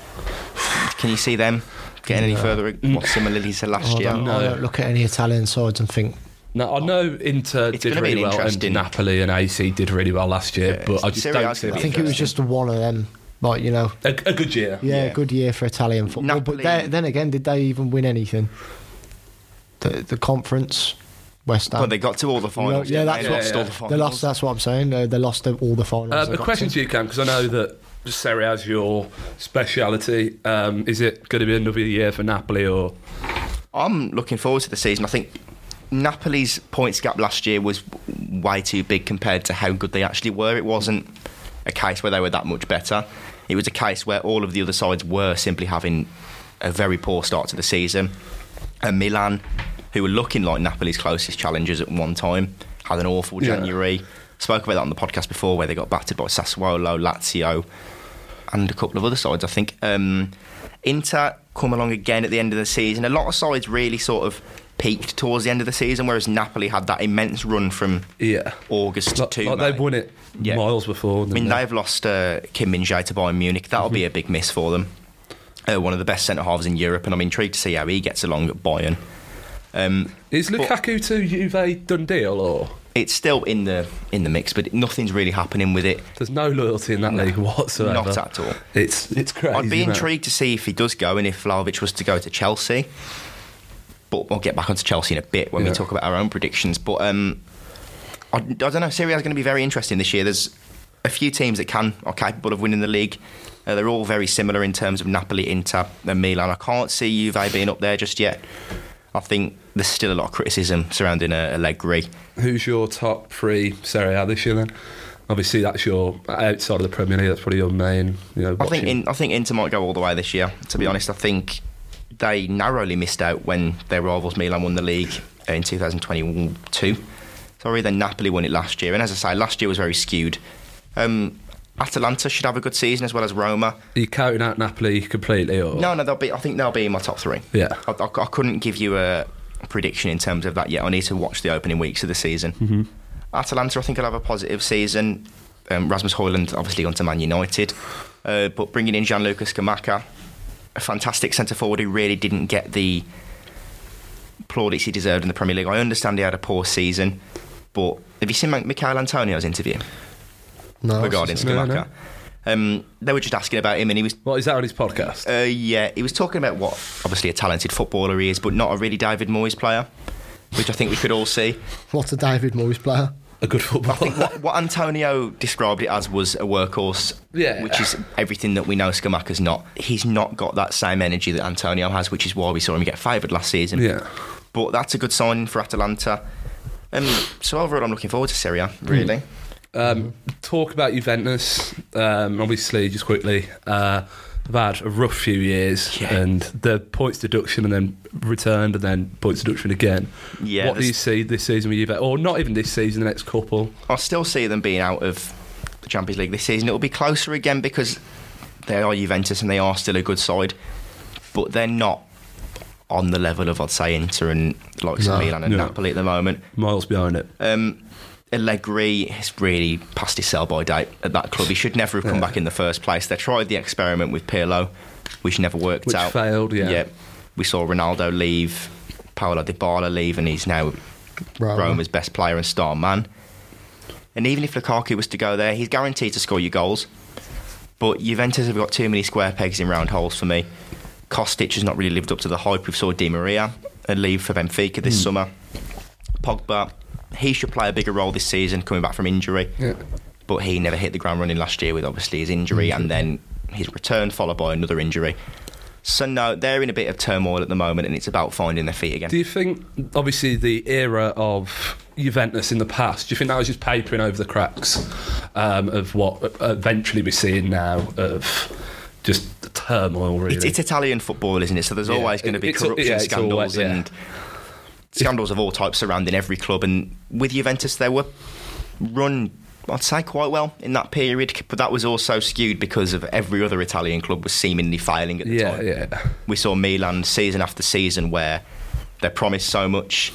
Speaker 3: Can you see them getting any further? What similarities to
Speaker 1: Oh,
Speaker 3: last
Speaker 1: I,
Speaker 3: year?
Speaker 1: don't, I don't look at any Italian sides and think
Speaker 2: Now I know Inter
Speaker 3: It's
Speaker 2: did
Speaker 3: gonna be
Speaker 2: really
Speaker 3: an
Speaker 2: well, and
Speaker 3: interesting-
Speaker 2: Napoli and AC did really well last year.
Speaker 3: Yeah,
Speaker 2: but I just
Speaker 3: Serie
Speaker 2: don't
Speaker 3: A's
Speaker 2: see
Speaker 3: gonna
Speaker 1: I
Speaker 3: be
Speaker 1: think it was just one of them. Like you know,
Speaker 2: a, a good year. Um,
Speaker 1: yeah,
Speaker 3: Yeah.
Speaker 1: good year for Italian football.
Speaker 3: Napoli-
Speaker 1: But they, then again, did they even win anything? The the conference, West Ham.
Speaker 3: But they got to all the finals.
Speaker 1: yeah,
Speaker 3: didn't
Speaker 1: that's what-
Speaker 3: they? They lost all the
Speaker 1: They
Speaker 3: finals.
Speaker 1: lost. That's what I'm saying. Uh, they lost the, all the finals.
Speaker 2: Um,
Speaker 1: they
Speaker 2: a
Speaker 1: got
Speaker 2: question
Speaker 1: to.
Speaker 2: to you, Cam, because I know that Serie A's your speciality. Um, is it going to be another year for Napoli or?
Speaker 3: I'm looking forward to the season. I think Napoli's points gap last year was w- way too big compared to how good they actually were. It wasn't a case where they were that much better. It was a case where all of the other sides were simply having a very poor start to the season. And Milan, who were looking like Napoli's closest challengers at one time, had an awful
Speaker 2: Yeah.
Speaker 3: January. Spoke about that on the podcast before, where they got battered by Sassuolo, Lazio, and a couple of other sides, I think. Um, Inter come along again at the end of the season. A lot of sides really sort of peaked towards the end of the season, whereas Napoli had that immense run from
Speaker 2: Yeah,
Speaker 3: August
Speaker 2: like,
Speaker 3: to
Speaker 2: like
Speaker 3: May.
Speaker 2: they've won it
Speaker 3: Yeah.
Speaker 2: miles before.
Speaker 3: I mean, they've lost uh, Kim Min Jae to Bayern Munich. That'll
Speaker 2: Mm-hmm.
Speaker 3: be a big miss for them. Uh, one of the best centre halves in Europe, and I'm intrigued to see how he gets along at Bayern. Um,
Speaker 2: Is Lukaku to Juve done deal or?
Speaker 3: it's still in the in the mix, but nothing's really happening with it.
Speaker 2: There's no loyalty in that league whatsoever.
Speaker 3: Not at all.
Speaker 2: It's it's crazy.
Speaker 3: I'd be
Speaker 2: isn't it?
Speaker 3: intrigued to see if he does go and if Vlahovic was to go to Chelsea. But we'll get back onto Chelsea in a bit when
Speaker 2: Yeah.
Speaker 3: we talk about our own predictions. But um, I, I don't know. Serie A is going to be very interesting this year. There's a few teams that can are capable of winning the league. Uh, they're all very similar in terms of Napoli, Inter, and Milan. I can't see Juve being up there just yet. I think there's still a lot of criticism surrounding uh, Allegri.
Speaker 2: Who's your top three Serie A this year then? Obviously, that's your outside of the Premier League. That's probably your main. You know,
Speaker 3: I think
Speaker 2: watching.
Speaker 3: in, I think Inter might go all the way this year. To be honest, I think they narrowly missed out when their rivals Milan won the league in 2022. Sorry, then Napoli won it last year, and as I say, last year was very skewed. Um, Atalanta should have a good season as well as Roma.
Speaker 2: Are you counting out Napoli completely or?
Speaker 3: No, no, they'll be. I think they'll be in my top three.
Speaker 2: Yeah.
Speaker 3: I, I- I couldn't give you a prediction in terms of that yet. I need to watch the opening weeks of the season.
Speaker 2: Mm-hmm.
Speaker 3: Atalanta, I think, will have a positive season. Um, Rasmus Hoyland obviously gone to Man United, uh, but bringing in Gianluca Scamacca, a fantastic centre forward who really didn't get the plaudits he deserved in the Premier League. I understand he had a poor season, but have you seen Mi- Mikel Antonio's interview
Speaker 1: No, it's
Speaker 3: regarding
Speaker 1: just-
Speaker 2: Oh, No, no.
Speaker 3: Scamacca? Um, they were just asking about him, and he was
Speaker 2: What is that on his podcast?
Speaker 3: uh, yeah, he was talking about what obviously a talented footballer he is, but not a really David Moyes player, which I think we could all see.
Speaker 1: What's a David Moyes player?
Speaker 2: a good footballer.
Speaker 3: What, what Antonio described it as was a workhorse,
Speaker 2: Yeah.
Speaker 3: which is everything that we know Scamacca's not. He's not got that same energy that Antonio has, which is why we saw him get favoured last
Speaker 2: (laughs)
Speaker 3: season.
Speaker 2: Yeah.
Speaker 3: But that's a good sign for Atalanta. Um, so overall, I'm looking forward to Serie A, really.
Speaker 2: Um, talk about Juventus. Um, obviously, just quickly, uh, they've had a rough few years,
Speaker 3: Yeah.
Speaker 2: and the points deduction, and then returned, and then points deduction again.
Speaker 3: Yeah,
Speaker 2: what do
Speaker 3: there's-
Speaker 2: you see this season with Juve, or not even this season, the next couple?
Speaker 3: I still see them being out of the Champions League this season. It'll be closer again because they are Juventus and they are still a good side, but they're not on the level of I'd say Inter and like
Speaker 1: No.
Speaker 3: Milan and
Speaker 2: No.
Speaker 3: Napoli at the moment.
Speaker 2: Miles behind it.
Speaker 3: Um, Allegri has really passed his sell by date at that club. He should never have come back in the first place. They tried the experiment with Pirlo, which never worked
Speaker 2: Which
Speaker 3: out.
Speaker 2: failed, yeah.
Speaker 3: We saw Ronaldo leave, Paolo Dybala leave, and he's now
Speaker 1: Roma.
Speaker 3: Roma's best player and star man. And even if Lukaku was to go there, he's guaranteed to score you goals. But Juventus have got too many square pegs in round holes for me. Kostic has not really lived up to the hype. We've saw Di Maria and leave for Benfica this summer. Pogba, he should play a bigger role this season coming back from injury.
Speaker 2: Yeah.
Speaker 3: But he never hit the ground running last year with obviously his injury and then his return followed by another injury. So no, they're in a bit of turmoil at the moment and it's about finding their feet again.
Speaker 2: Do you think, obviously, the era of Juventus in the past, do you think that was just papering over the cracks um, of what eventually we're seeing now of just the turmoil, really?
Speaker 3: It's, it's Italian football, isn't it? So there's
Speaker 2: Yeah.
Speaker 3: always going to be
Speaker 2: It's-
Speaker 3: corruption
Speaker 2: yeah, it's
Speaker 3: scandals
Speaker 2: always- yeah.
Speaker 3: and scandals of all types surrounding every club. And with Juventus, they were run, I'd say, quite well in that period. But that was also skewed because of every other Italian club was seemingly failing at the
Speaker 2: yeah,
Speaker 3: time.
Speaker 2: yeah.
Speaker 3: We saw Milan season after season where they promised so much.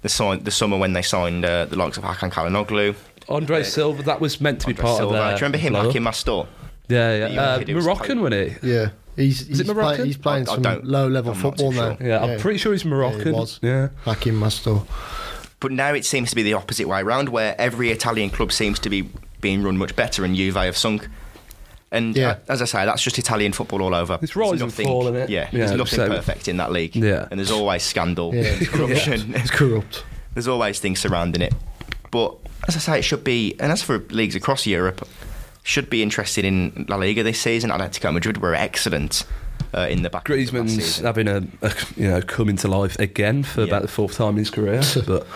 Speaker 3: The, sign, the summer when they signed uh, the likes of Hakan Kalanoglu,
Speaker 2: Andre Silva, that was meant to be
Speaker 3: Andre
Speaker 2: part
Speaker 3: Silva.
Speaker 2: of
Speaker 3: Do
Speaker 2: their
Speaker 3: you remember him
Speaker 2: blow-up.
Speaker 3: back in my store?
Speaker 2: Yeah,
Speaker 3: He
Speaker 2: yeah. Uh,
Speaker 3: wanted it was
Speaker 2: Moroccan,
Speaker 3: Pope.
Speaker 2: wasn't he?
Speaker 1: Yeah, he's he's, play,
Speaker 2: Moroccan?
Speaker 1: he's playing
Speaker 3: I- I
Speaker 1: some
Speaker 3: don't-
Speaker 1: low level
Speaker 3: I'm not
Speaker 1: football
Speaker 3: too
Speaker 1: now.
Speaker 3: sure.
Speaker 2: Yeah, I'm pretty sure he's Moroccan.
Speaker 1: Yeah, he was.
Speaker 2: yeah.
Speaker 1: Back in
Speaker 3: (laughs)
Speaker 1: Mastor.
Speaker 3: But now it seems to be the opposite way round, where every Italian club seems to be being run much better, and Juve have sunk. And
Speaker 1: Yeah.
Speaker 3: uh, as I say, that's just Italian football all over.
Speaker 2: It's
Speaker 3: There's
Speaker 2: rise and fall, isn't it?
Speaker 3: Yeah,
Speaker 2: Yeah,
Speaker 3: there's nothing
Speaker 2: so-
Speaker 3: perfect in that league.
Speaker 2: Yeah.
Speaker 3: and there's always scandal,
Speaker 1: Yeah.
Speaker 3: and (laughs) corruption.
Speaker 1: It's corrupt.
Speaker 3: there's always things surrounding it. But as I say, it should be, and as for leagues across Europe, should be interested in La Liga this season. Atletico Madrid were excellent uh, in the back. end of last
Speaker 2: Griezmann's
Speaker 3: season.
Speaker 2: having a, a you know coming to life again for
Speaker 3: Yeah.
Speaker 2: about the fourth time in
Speaker 1: (laughs)
Speaker 2: his career, but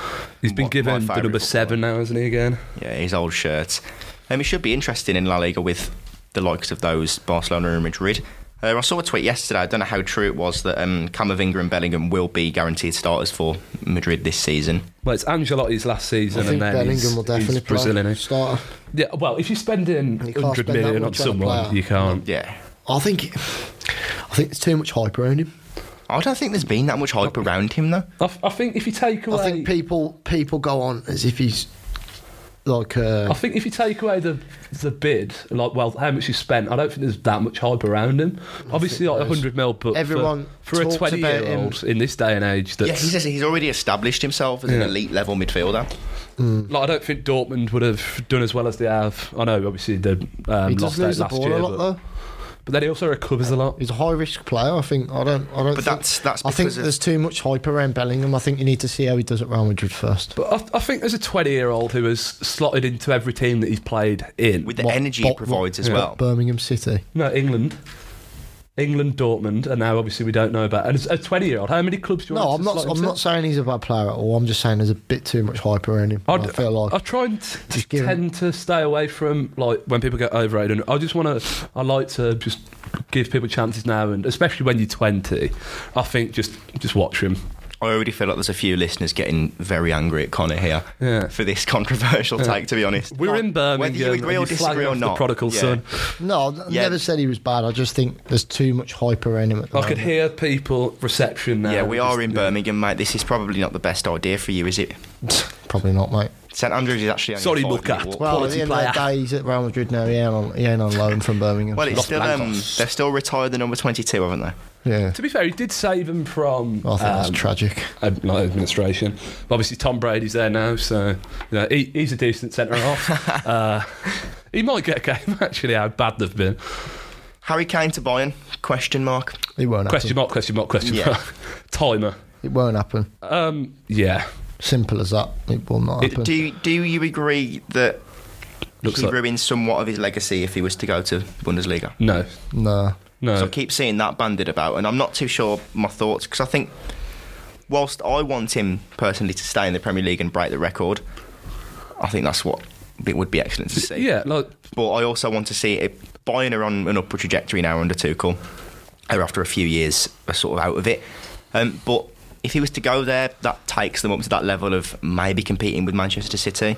Speaker 2: he's been
Speaker 3: My- my
Speaker 2: given the
Speaker 3: favourite
Speaker 2: number seven now, isn't he? Again,
Speaker 3: Yeah, his old shirt. Um, it should be interesting in La Liga with the likes of those Barcelona and Madrid. Uh, I saw a tweet yesterday. I don't know how true it was that um, Camavinga and Bellingham will be guaranteed starters for Madrid this season.
Speaker 2: well, it's Angelotti's last
Speaker 1: I
Speaker 2: season,
Speaker 1: think
Speaker 2: and then
Speaker 1: Bellingham
Speaker 2: he's,
Speaker 1: will definitely
Speaker 2: he's eh?
Speaker 1: play.
Speaker 2: Brazil, isn't he?
Speaker 1: Starter.
Speaker 2: Yeah, well, if you're spending
Speaker 1: You can't
Speaker 2: hundred
Speaker 1: spend that
Speaker 2: million on
Speaker 1: much on a
Speaker 2: someone,
Speaker 1: player.
Speaker 2: you can't.
Speaker 3: Yeah,
Speaker 1: I think I think there's too much hype around him.
Speaker 3: I don't think there's been that much hype around him though.
Speaker 2: I, f- I think if you take away,
Speaker 1: I think people people go on as if he's like uh,
Speaker 2: I think if you take away the the bid, like well, how much you spent, I don't think there's that much hype around him. Obviously, like
Speaker 1: there is.
Speaker 2: hundred mil, but for-
Speaker 1: Everyone
Speaker 2: for, a
Speaker 1: talks about
Speaker 2: twenty year old in this day and age, that's
Speaker 3: Yeah, he's, he's already established himself as an
Speaker 2: Yeah.
Speaker 3: elite level midfielder.
Speaker 2: Like, I don't think Dortmund would have done as well as they have. I know, obviously, they um,
Speaker 1: he
Speaker 2: lost
Speaker 1: does
Speaker 2: out
Speaker 1: lose the
Speaker 2: last
Speaker 1: ball
Speaker 2: year,
Speaker 1: a
Speaker 2: but,
Speaker 1: lot though.
Speaker 2: but then he also recovers a lot.
Speaker 1: He's a high risk player. I think I don't I don't.
Speaker 3: But
Speaker 1: think-
Speaker 3: that's that's
Speaker 1: I
Speaker 3: because
Speaker 1: think
Speaker 3: of,
Speaker 1: there's too much hype around Bellingham. I think you need to see how he does at Real Madrid first.
Speaker 2: But I, I think there's a 20 year old who has slotted into every team that he's played in.
Speaker 3: with the
Speaker 1: what-
Speaker 3: energy he
Speaker 1: what-
Speaker 3: provides as
Speaker 2: yeah.
Speaker 3: well.
Speaker 1: Birmingham City.
Speaker 2: no, England. England, Dortmund, and now obviously we don't know about. And as a 20 year old, how many clubs do you
Speaker 1: No, I'm
Speaker 2: want to
Speaker 1: not.
Speaker 2: slot
Speaker 1: I'm not
Speaker 2: into?
Speaker 1: saying he's a bad player at all. I'm just saying there's a bit too much hype around him. I
Speaker 2: I'd-
Speaker 1: feel like
Speaker 2: I try and t-
Speaker 1: Just give him-
Speaker 2: tend to stay away from like when people get overrated. And I just want to. I like to just give people chances now, and especially when you're 20, I think just just watch him.
Speaker 3: I already feel like there's a few listeners getting very angry at Connor here
Speaker 2: Yeah.
Speaker 3: for this (laughs) controversial take. To be honest,
Speaker 2: We're in Birmingham.
Speaker 3: Whether you
Speaker 2: and
Speaker 3: agree or
Speaker 2: flag
Speaker 3: disagree or
Speaker 2: off
Speaker 3: not,
Speaker 2: the prodigal
Speaker 3: yeah.
Speaker 2: son.
Speaker 1: no, I
Speaker 3: Yeah.
Speaker 1: never said he was bad. I just think there's too much hype around him. At the
Speaker 2: I could
Speaker 1: moment.
Speaker 2: hear people reception now.
Speaker 3: yeah, we
Speaker 2: Uh, Just-
Speaker 3: are in Birmingham, mate. This is probably not the best idea for you, is it?
Speaker 1: (laughs) Probably not, mate.
Speaker 3: St Andrews is actually only
Speaker 2: Sorry,
Speaker 3: a five-minute
Speaker 2: Mukhat.
Speaker 3: walk.
Speaker 1: Well,
Speaker 2: Quality
Speaker 1: at the end
Speaker 2: player.
Speaker 1: of the day, he's at Real Madrid now. He ain't on, he ain't on loan from Birmingham.
Speaker 3: Well,
Speaker 1: so-
Speaker 3: it's
Speaker 2: Los
Speaker 3: still um,
Speaker 2: Blancos.
Speaker 3: they've still retired the number twenty-two, haven't they?
Speaker 1: yeah.
Speaker 2: To be fair, he did save him from
Speaker 1: I think that's
Speaker 2: um,
Speaker 1: tragic.
Speaker 2: ad- not administration. But obviously, Tom Brady's there now, so you know, he, he's a decent centre (laughs) half. uh, he might get a game (laughs) actually. How bad they've been?
Speaker 3: Harry Kane to Bayern? Question mark.
Speaker 1: It won't happen.
Speaker 2: Question mark? Question mark? Question
Speaker 3: Yeah.
Speaker 2: mark? (laughs) Timer.
Speaker 1: It won't happen.
Speaker 2: Um, yeah,
Speaker 1: Simple as that. It will not happen.
Speaker 3: Do you- do you agree that
Speaker 2: looks
Speaker 3: he
Speaker 2: like
Speaker 3: ruins somewhat of his legacy if he was to go to Bundesliga?
Speaker 2: no,
Speaker 1: no.
Speaker 2: no.
Speaker 3: So I keep seeing that banded about, and I'm not too sure my thoughts because I think, whilst I want him personally to stay in the Premier League and break the record, I think that's what it would be excellent to see.
Speaker 2: yeah, like
Speaker 3: But I also want to see it. Bayern are on an upward uh, trajectory now under Tuchel. They're after a few years are sort of out of it. Um, but if he was to go there, that takes them up to that level of maybe competing with Manchester City.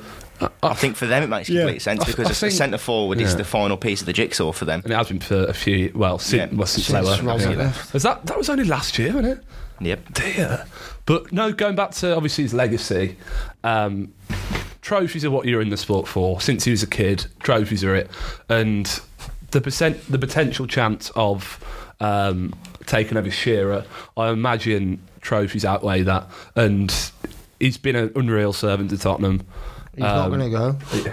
Speaker 3: I think for them it makes
Speaker 1: Yeah.
Speaker 3: complete sense
Speaker 2: Uh, I-
Speaker 3: because
Speaker 2: I
Speaker 3: a
Speaker 2: think-
Speaker 3: centre forward is
Speaker 2: Yeah.
Speaker 3: the final piece of the jigsaw for them.
Speaker 2: And it has been for a few, well, since,
Speaker 3: Yeah.
Speaker 2: well, since,
Speaker 1: Since
Speaker 2: Lower.
Speaker 1: Rossi
Speaker 2: Yeah.
Speaker 1: left.
Speaker 2: Was that, that was only last year, wasn't it?
Speaker 3: Yep.
Speaker 2: Dear. But no, going back to obviously his legacy, um, trophies are what you're in the sport for. Since he was a kid, trophies are it. And the percent, the potential chance of um, taking over Shearer, I imagine trophies outweigh that. And he's been an unreal servant to Tottenham.
Speaker 1: He's not
Speaker 2: Um,
Speaker 1: going to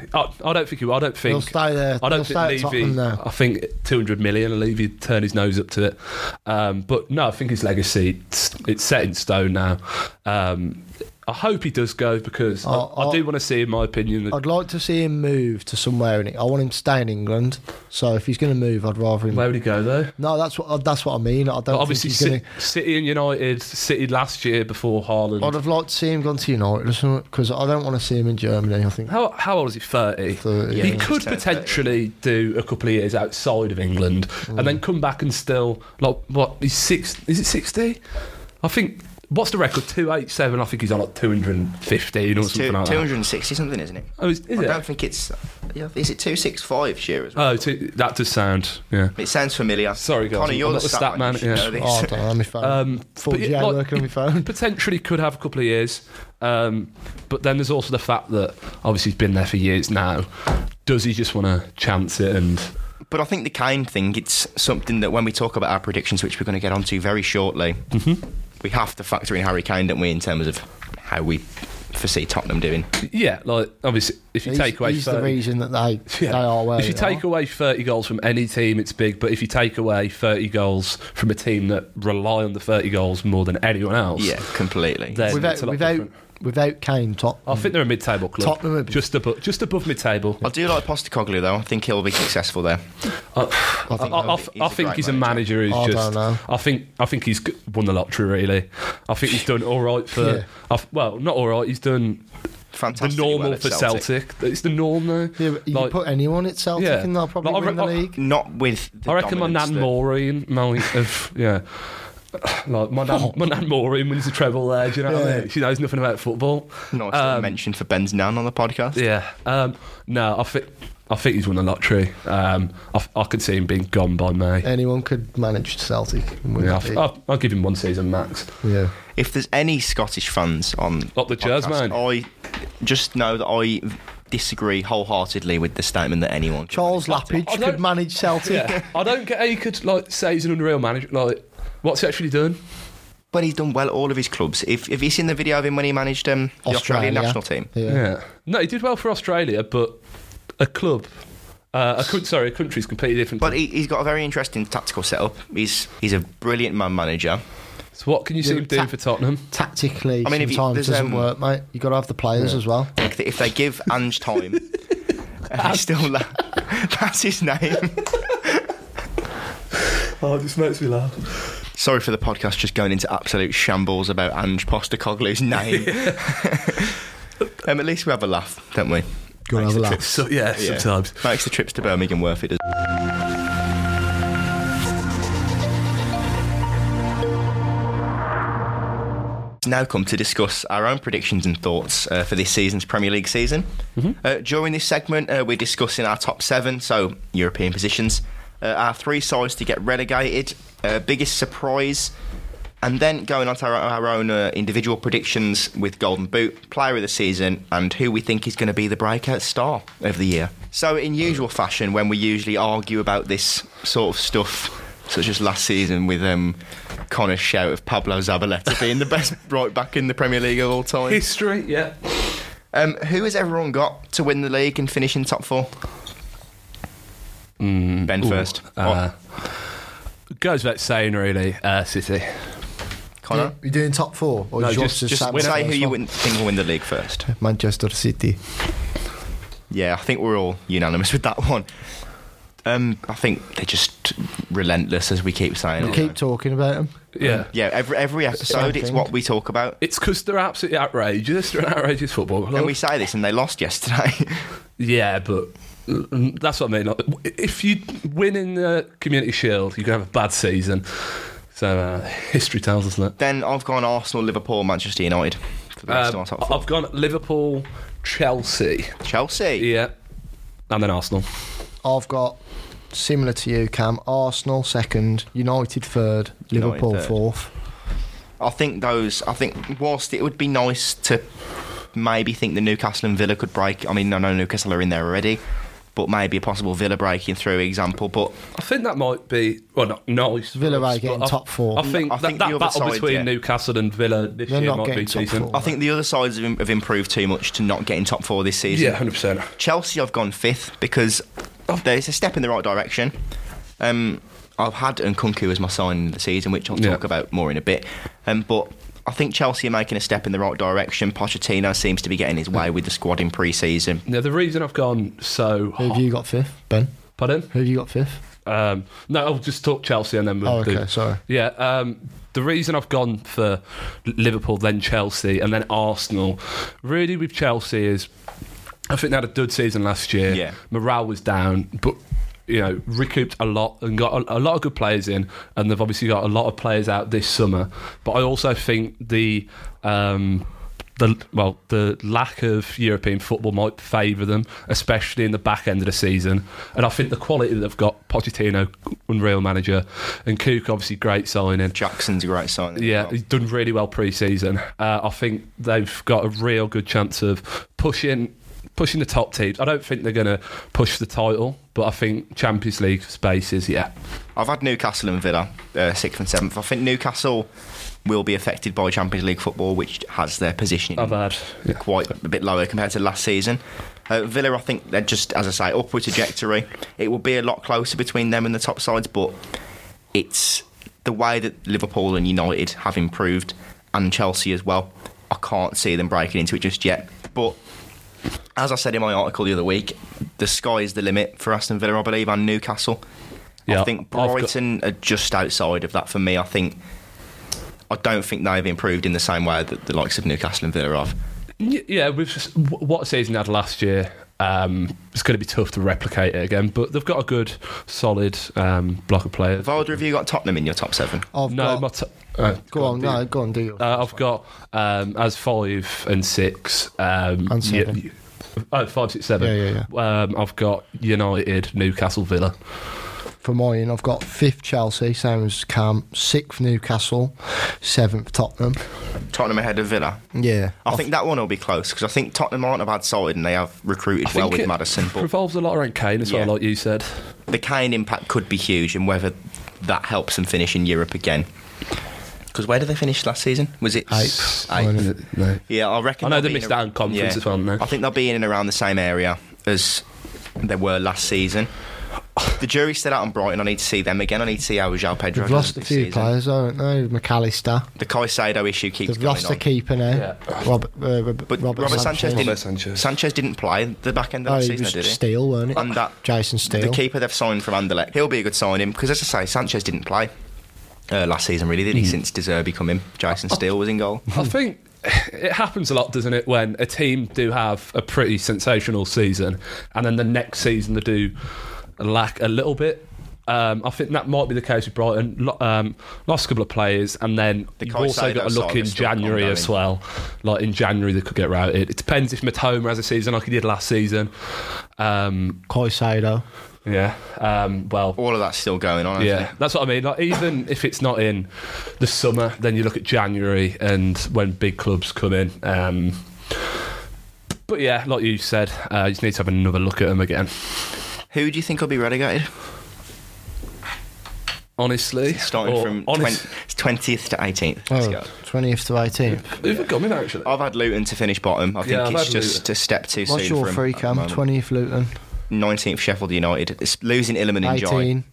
Speaker 1: go.
Speaker 2: I, I don't think he will. I don't
Speaker 1: He'll
Speaker 2: think.
Speaker 1: stay there.
Speaker 2: I
Speaker 1: He'll
Speaker 2: don't
Speaker 1: stay at
Speaker 2: think Levy.
Speaker 1: Tottenham there.
Speaker 2: I think 200 million. And Levy turn his nose up to it. Um, but no, I think his legacy it's, it's set in stone now. Um, I hope he does go because I,
Speaker 1: Oh,
Speaker 2: I do
Speaker 1: oh.
Speaker 2: want to see, in my opinion,
Speaker 1: I'd like to see him move to somewhere in it. I want him to stay in England. So if he's going to move, I'd rather him.
Speaker 2: where would he go though?
Speaker 1: no, that's what that's what I mean. I don't.
Speaker 2: But
Speaker 1: think
Speaker 2: obviously,
Speaker 1: he's
Speaker 2: Ci-
Speaker 1: gonna,
Speaker 2: City and United, City last year before
Speaker 1: I'd
Speaker 2: Haaland.
Speaker 1: have liked to see him gone to United or something because I don't want to see him in Germany. I think. Oh,
Speaker 2: How, how old is (laughs) he? 30.
Speaker 1: So, yeah.
Speaker 2: he
Speaker 3: he's
Speaker 2: could
Speaker 3: turned
Speaker 2: potentially do a couple of years outside of England and
Speaker 1: Mm.
Speaker 2: then come back and still like what he's six is it sixty? I think what's the record two eight seven? I think he's on like two hundred and fifteen or
Speaker 3: It's
Speaker 2: something
Speaker 3: two,
Speaker 2: like that.
Speaker 3: 260 something, isn't it?
Speaker 2: Oh, is, is
Speaker 3: I
Speaker 2: it?
Speaker 3: don't think it's. yeah, Is it 265 Shearer's?
Speaker 2: Oh, two, that does sound yeah.
Speaker 3: It sounds familiar.
Speaker 2: Sorry, guys,
Speaker 3: Connor,
Speaker 2: I'm
Speaker 3: you're
Speaker 2: not
Speaker 3: the
Speaker 2: the
Speaker 3: stat,
Speaker 2: stat
Speaker 3: man. you
Speaker 2: man,
Speaker 3: should
Speaker 2: yeah.
Speaker 3: know
Speaker 1: Oh, I
Speaker 3: this.
Speaker 1: don't know, my phone.
Speaker 2: Um,
Speaker 1: Full
Speaker 2: but it-
Speaker 1: GA
Speaker 2: like,
Speaker 1: working on my phone.
Speaker 2: potentially could have a couple of years. Um, but then there's also the fact that obviously he's been there for years now. Does he just want to chance it and
Speaker 3: But I think the Kane thing, it's something that when we talk about our predictions, which we're going to get onto very shortly,
Speaker 2: Mm-hmm.
Speaker 3: we have to factor in Harry Kane, don't we, in terms of how we foresee Tottenham doing.
Speaker 2: yeah, like obviously if you
Speaker 1: he's
Speaker 2: take away
Speaker 1: he's the
Speaker 2: 30
Speaker 1: reason that they
Speaker 2: (laughs) Yeah.
Speaker 1: they are where
Speaker 2: if you
Speaker 1: they
Speaker 2: take
Speaker 1: are.
Speaker 2: away 30 goals from any team, it's big. But if you take away 30 goals from a team that rely on the 30 goals more than anyone else,
Speaker 3: Yeah, completely.
Speaker 2: then it's
Speaker 1: without
Speaker 2: a lot
Speaker 1: without
Speaker 2: different.
Speaker 1: without Kane, top.
Speaker 2: I think they're a mid-table club.
Speaker 1: Tottenham would be-
Speaker 2: just above, just above mid-table.
Speaker 3: I do like Postacoglu, though. I think he'll be successful there.
Speaker 2: I, I, I,
Speaker 3: he's
Speaker 2: I
Speaker 3: a
Speaker 2: think
Speaker 3: great
Speaker 2: he's a
Speaker 3: manager.
Speaker 2: manager who's
Speaker 1: I don't
Speaker 2: just.
Speaker 1: know.
Speaker 2: I think I think he's g- won the lottery. Really, I think he's done all right for.
Speaker 1: Yeah.
Speaker 2: I've- well, not all right. He's done the
Speaker 3: Fantastic.
Speaker 2: normal for Celtic. It's the norm though.
Speaker 1: Yeah, but you
Speaker 2: Like-
Speaker 1: put anyone at Celtic
Speaker 2: Yeah.
Speaker 1: and they'll probably
Speaker 2: Like, I
Speaker 1: win
Speaker 2: re-
Speaker 1: the
Speaker 2: I-
Speaker 1: league.
Speaker 3: Not with. The
Speaker 2: I reckon my
Speaker 3: dominance
Speaker 2: nan
Speaker 3: that-
Speaker 2: Maureen might have, yeah. Like my nan, my nan Maureen wins the treble there. Do you know what I
Speaker 1: Yeah.
Speaker 2: mean? She knows nothing about football.
Speaker 3: Nice little
Speaker 2: Um,
Speaker 3: mention for Ben's nan on the podcast.
Speaker 2: Yeah. Um, no, I think I think he's won the lottery. Um, I, f- I could see him being gone by May. Yeah,
Speaker 1: Anyone could manage Celtic. And win
Speaker 2: I
Speaker 1: the league.
Speaker 2: will I'll give him one season max.
Speaker 1: yeah.
Speaker 3: If there's any Scottish fans on
Speaker 2: Up the jazz,
Speaker 3: podcast,
Speaker 2: man.
Speaker 3: I just know that I disagree wholeheartedly with the statement that anyone. can
Speaker 1: Charles
Speaker 3: manage Tottenham.
Speaker 1: Lappage
Speaker 2: I
Speaker 1: could
Speaker 2: don't-
Speaker 1: manage Celtic,
Speaker 2: Yeah. I don't get how you could like say he's an unreal manager. Like, what's he actually done?
Speaker 3: But he's done well at all of his clubs. If have you seen the video of him when he managed um, the Australian national team?
Speaker 1: Yeah.
Speaker 2: Yeah. No, he did well for Australia, but a club, uh, a coun- sorry, a country's completely different.
Speaker 3: But he, he's got a very interesting tactical setup. He's he's a brilliant man manager.
Speaker 2: so what can you see
Speaker 1: Yeah,
Speaker 2: him doing
Speaker 1: ta-
Speaker 2: for Tottenham?
Speaker 1: Tactically,
Speaker 3: I mean, if you-
Speaker 1: sometimes
Speaker 3: there's,
Speaker 1: doesn't
Speaker 3: um,
Speaker 1: work, mate. You got to have the players as well.
Speaker 3: Like if they give Ange time, (laughs) and he's still la- (laughs) that's his name.
Speaker 2: Oh, it just makes me laugh.
Speaker 3: Sorry for the podcast just going into absolute shambles about Ange Postacoglu's name. (laughs) um, at least we have a laugh, don't we?
Speaker 1: Got to have a laugh.
Speaker 2: So yeah,
Speaker 3: Yeah.
Speaker 2: sometimes.
Speaker 3: Makes the trips to Birmingham worth it. doesn't it? It's Now come to discuss our own predictions and thoughts uh, for this season's Premier League season. Uh, during this segment, uh, we're discussing our top seven, so European positions, uh, our three sides to get relegated, uh, biggest surprise, and then going on to our, our own uh, individual predictions with Golden Boot, Player of the Season, and who we think is going to be the breakout star of the year. So, in usual fashion, when we usually argue about this sort of stuff, such as last season with um, Connor's shout of Pablo Zabaleta being the best right back in the Premier League of all time,
Speaker 2: History, yeah.
Speaker 3: um, who has everyone got to win the league and finish in top four? ben first.
Speaker 2: Uh, goes without saying, really. Uh, City.
Speaker 3: Connor?
Speaker 1: You're doing top four, or
Speaker 2: No,
Speaker 1: do you want
Speaker 2: just-
Speaker 1: to
Speaker 3: Just
Speaker 1: say the
Speaker 3: say who
Speaker 1: first
Speaker 3: you
Speaker 1: one?
Speaker 3: win- think will win the league first.
Speaker 1: Manchester City.
Speaker 3: Yeah, I think we're all unanimous with that (laughs) one. Um, I think they're just relentless, as we keep saying.
Speaker 1: You
Speaker 3: aren't
Speaker 1: keep
Speaker 3: they?
Speaker 1: talking about them.
Speaker 2: Yeah.
Speaker 3: yeah, every every episode, it's
Speaker 1: thing.
Speaker 3: what we talk about.
Speaker 2: It's because they're absolutely outrageous. They're an outrageous football club.
Speaker 3: And we say this, and they lost yesterday. (laughs)
Speaker 2: yeah, but mm, that's what I mean. Like, if you win in the Community Shield, you can have a bad season. So uh, history tells, doesn't it?
Speaker 3: Then I've gone Arsenal, Liverpool, Manchester United for the rest
Speaker 2: Um,
Speaker 3: of my top four.
Speaker 2: I've gone Liverpool, Chelsea.
Speaker 3: Chelsea.
Speaker 2: Yeah. And then Arsenal.
Speaker 1: I've got similar to you, Cam. Arsenal second, United third,
Speaker 3: United
Speaker 1: Liverpool
Speaker 3: third.
Speaker 1: fourth.
Speaker 3: I think those. I think whilst it would be nice to maybe think the Newcastle and Villa could break. I mean, I know Newcastle are in there already, but maybe a possible Villa breaking through example. But
Speaker 2: I think that might be well, not nice. for
Speaker 1: Villa
Speaker 2: us,
Speaker 1: are getting
Speaker 2: but I-
Speaker 1: top four.
Speaker 2: I think
Speaker 3: I
Speaker 2: that,
Speaker 3: think the
Speaker 2: that
Speaker 3: other
Speaker 2: battle
Speaker 3: side,
Speaker 2: between
Speaker 3: yeah.
Speaker 2: Newcastle and Villa this
Speaker 1: They're
Speaker 2: year
Speaker 1: not
Speaker 2: might be
Speaker 1: getting top
Speaker 2: decent.
Speaker 1: four.
Speaker 3: I think the other sides have, have improved too much to not get in top four this season.
Speaker 2: Yeah, hundred percent.
Speaker 3: Chelsea, I've gone fifth because there's a step in the right direction. Um, I've had Nkunku as my sign of the season, which I'll
Speaker 2: Yeah.
Speaker 3: talk about more in a bit. Um, but I think Chelsea are making a step in the right direction. Pochettino seems to be getting his way with the squad in pre-season.
Speaker 2: Now the reason I've gone so
Speaker 1: Who
Speaker 3: Oh.
Speaker 1: have
Speaker 2: hot,
Speaker 1: you got fifth, Ben?
Speaker 2: pardon?
Speaker 1: Who have you got fifth?
Speaker 2: Um, no, I'll just talk Chelsea and then we'll
Speaker 1: Oh,
Speaker 2: do.
Speaker 1: okay, sorry.
Speaker 2: Yeah, um, the reason I've gone for Liverpool, then Chelsea, and then Arsenal, really with Chelsea is I think they had a dud season last year.
Speaker 3: Yeah.
Speaker 2: Morale was down, but you know recouped a lot and got a, a lot of good players in, and they've obviously got a lot of players out this summer. But I also think the um, the well the lack of European football might favour them, especially in the back end of the season. And I think the quality that they've got, Pochettino, unreal manager, and Cook obviously great signing.
Speaker 3: Jackson's a great sign.
Speaker 2: Yeah, he's done really well pre-season. Uh, I think they've got a real good chance of pushing pushing the top teams. I don't think they're going to push the title, but I think Champions League spaces. Yeah,
Speaker 3: I've had Newcastle and Villa uh, sixth and seventh. I think Newcastle will be affected by Champions League football, which has their positioning
Speaker 2: I've had. Yeah.
Speaker 3: quite a bit lower compared to last season. Uh, Villa, I think they're just, as I say, upward trajectory. It will be a lot closer between them and the top sides, but it's the way that Liverpool and United have improved, and Chelsea as well. I can't see them breaking into it just yet. But as I said in my article the other week, the sky is the limit for Aston Villa, I believe, and Newcastle. I
Speaker 2: Yeah,
Speaker 3: think
Speaker 2: I've got-
Speaker 3: Brighton are just outside of that for me. I think I don't think they've improved in the same way that the likes of Newcastle and Villa have.
Speaker 2: Y- Yeah, with s- w- what season they had last year, um, it's going to be tough to replicate it again. But they've got a good, solid um, block of players.
Speaker 3: Varda, have you got Tottenham in your top seven?
Speaker 1: I've
Speaker 2: no,
Speaker 1: got,
Speaker 2: my t- uh,
Speaker 1: go on,
Speaker 2: do
Speaker 1: no,
Speaker 2: you-
Speaker 1: go on, do yours.
Speaker 2: Uh, I've got um, as five and six. Um,
Speaker 1: And seven.
Speaker 2: y- y- oh, five, six, seven.
Speaker 1: Yeah, yeah,
Speaker 2: Um, I've got United, Newcastle, Villa.
Speaker 1: For mine, I've got fifth Chelsea, same as Cam, sixth Newcastle, seventh Tottenham.
Speaker 3: Tottenham ahead of Villa.
Speaker 1: Yeah.
Speaker 3: I think that one will be close because I think Tottenham aren't a bad side and they have recruited well with Madison. But
Speaker 2: revolves a lot around Kane as
Speaker 3: Yeah.
Speaker 2: well, like you said.
Speaker 3: the Kane impact could be huge, and whether that helps them finish in Europe again. Because where did they finish last season? Was it
Speaker 1: Eighth.
Speaker 3: Eighth.
Speaker 2: No.
Speaker 3: Yeah, I reckon.
Speaker 2: I know they
Speaker 3: they'll be
Speaker 2: missed
Speaker 3: in a-
Speaker 2: out on conference as well, didn't they?
Speaker 3: I think they'll be in and around the same area as they were last season. The jury's still out on Brighton. I need to see them again. I need to see how João Pedro.
Speaker 1: They've
Speaker 3: does
Speaker 1: lost a
Speaker 3: this
Speaker 1: few
Speaker 3: season.
Speaker 1: players, haven't they? McAllister.
Speaker 3: The Caicedo issue keeps
Speaker 1: They've
Speaker 3: going
Speaker 1: lost
Speaker 3: on.
Speaker 1: a keeper now.
Speaker 2: Yeah.
Speaker 1: Robert, uh, Robert,
Speaker 3: But
Speaker 1: Robert
Speaker 3: Robert, Sanchez,
Speaker 1: Sanchez
Speaker 3: didn't.
Speaker 2: Sanchez.
Speaker 3: Sanchez. didn't play the back end of
Speaker 1: Oh,
Speaker 3: the
Speaker 1: it
Speaker 3: season,
Speaker 1: was
Speaker 3: did he?
Speaker 1: Steele, weren't it?
Speaker 3: And that-
Speaker 1: Jason Steele.
Speaker 3: The keeper they've signed from Anderlecht, he'll be a good signing because, as I say, Sanchez didn't play uh, last season, really, did
Speaker 1: Mm.
Speaker 3: he? Since Deserby come in,
Speaker 1: Oh.
Speaker 3: Jason Steele was in goal.
Speaker 2: I think it happens a lot, doesn't it, when a team do have a pretty sensational season and then the next season they do lack a little bit. Um, I think that might be the case with Brighton. Lo- um, lost a couple of players, and then
Speaker 3: The
Speaker 2: you've also
Speaker 3: Caicedo
Speaker 2: got a look
Speaker 3: saga
Speaker 2: in
Speaker 3: is still
Speaker 2: January
Speaker 3: ongoing.
Speaker 2: as well. Like in January, they could get routed. It depends if Matoma has a season like he did last season. Um,
Speaker 1: Caicedo.
Speaker 2: yeah. Um, well,
Speaker 3: All of that's still going on.
Speaker 2: yeah, that's what I mean.
Speaker 1: (coughs)
Speaker 2: Like even if it's not in the summer, then you look at January and when big clubs come in. Um, but yeah, like you said, uh, you just need to have another look at them again.
Speaker 3: Who do you think will be relegated?
Speaker 2: Honestly,
Speaker 3: Starting
Speaker 2: Or
Speaker 3: from
Speaker 2: honest-
Speaker 3: twentieth to eighteenth. Let's go.
Speaker 1: Oh, 20th to 18th.
Speaker 2: (laughs) Who've we got in actually?
Speaker 3: I've had Luton to finish bottom. I think
Speaker 2: Yeah, I've
Speaker 3: it's
Speaker 2: had
Speaker 3: just
Speaker 2: Luton.
Speaker 3: a step too
Speaker 1: What's
Speaker 3: soon
Speaker 1: your
Speaker 3: for
Speaker 1: free cam? 20th Luton.
Speaker 3: Nineteenth Sheffield United. It's losing Illiman and Jai.
Speaker 1: 18.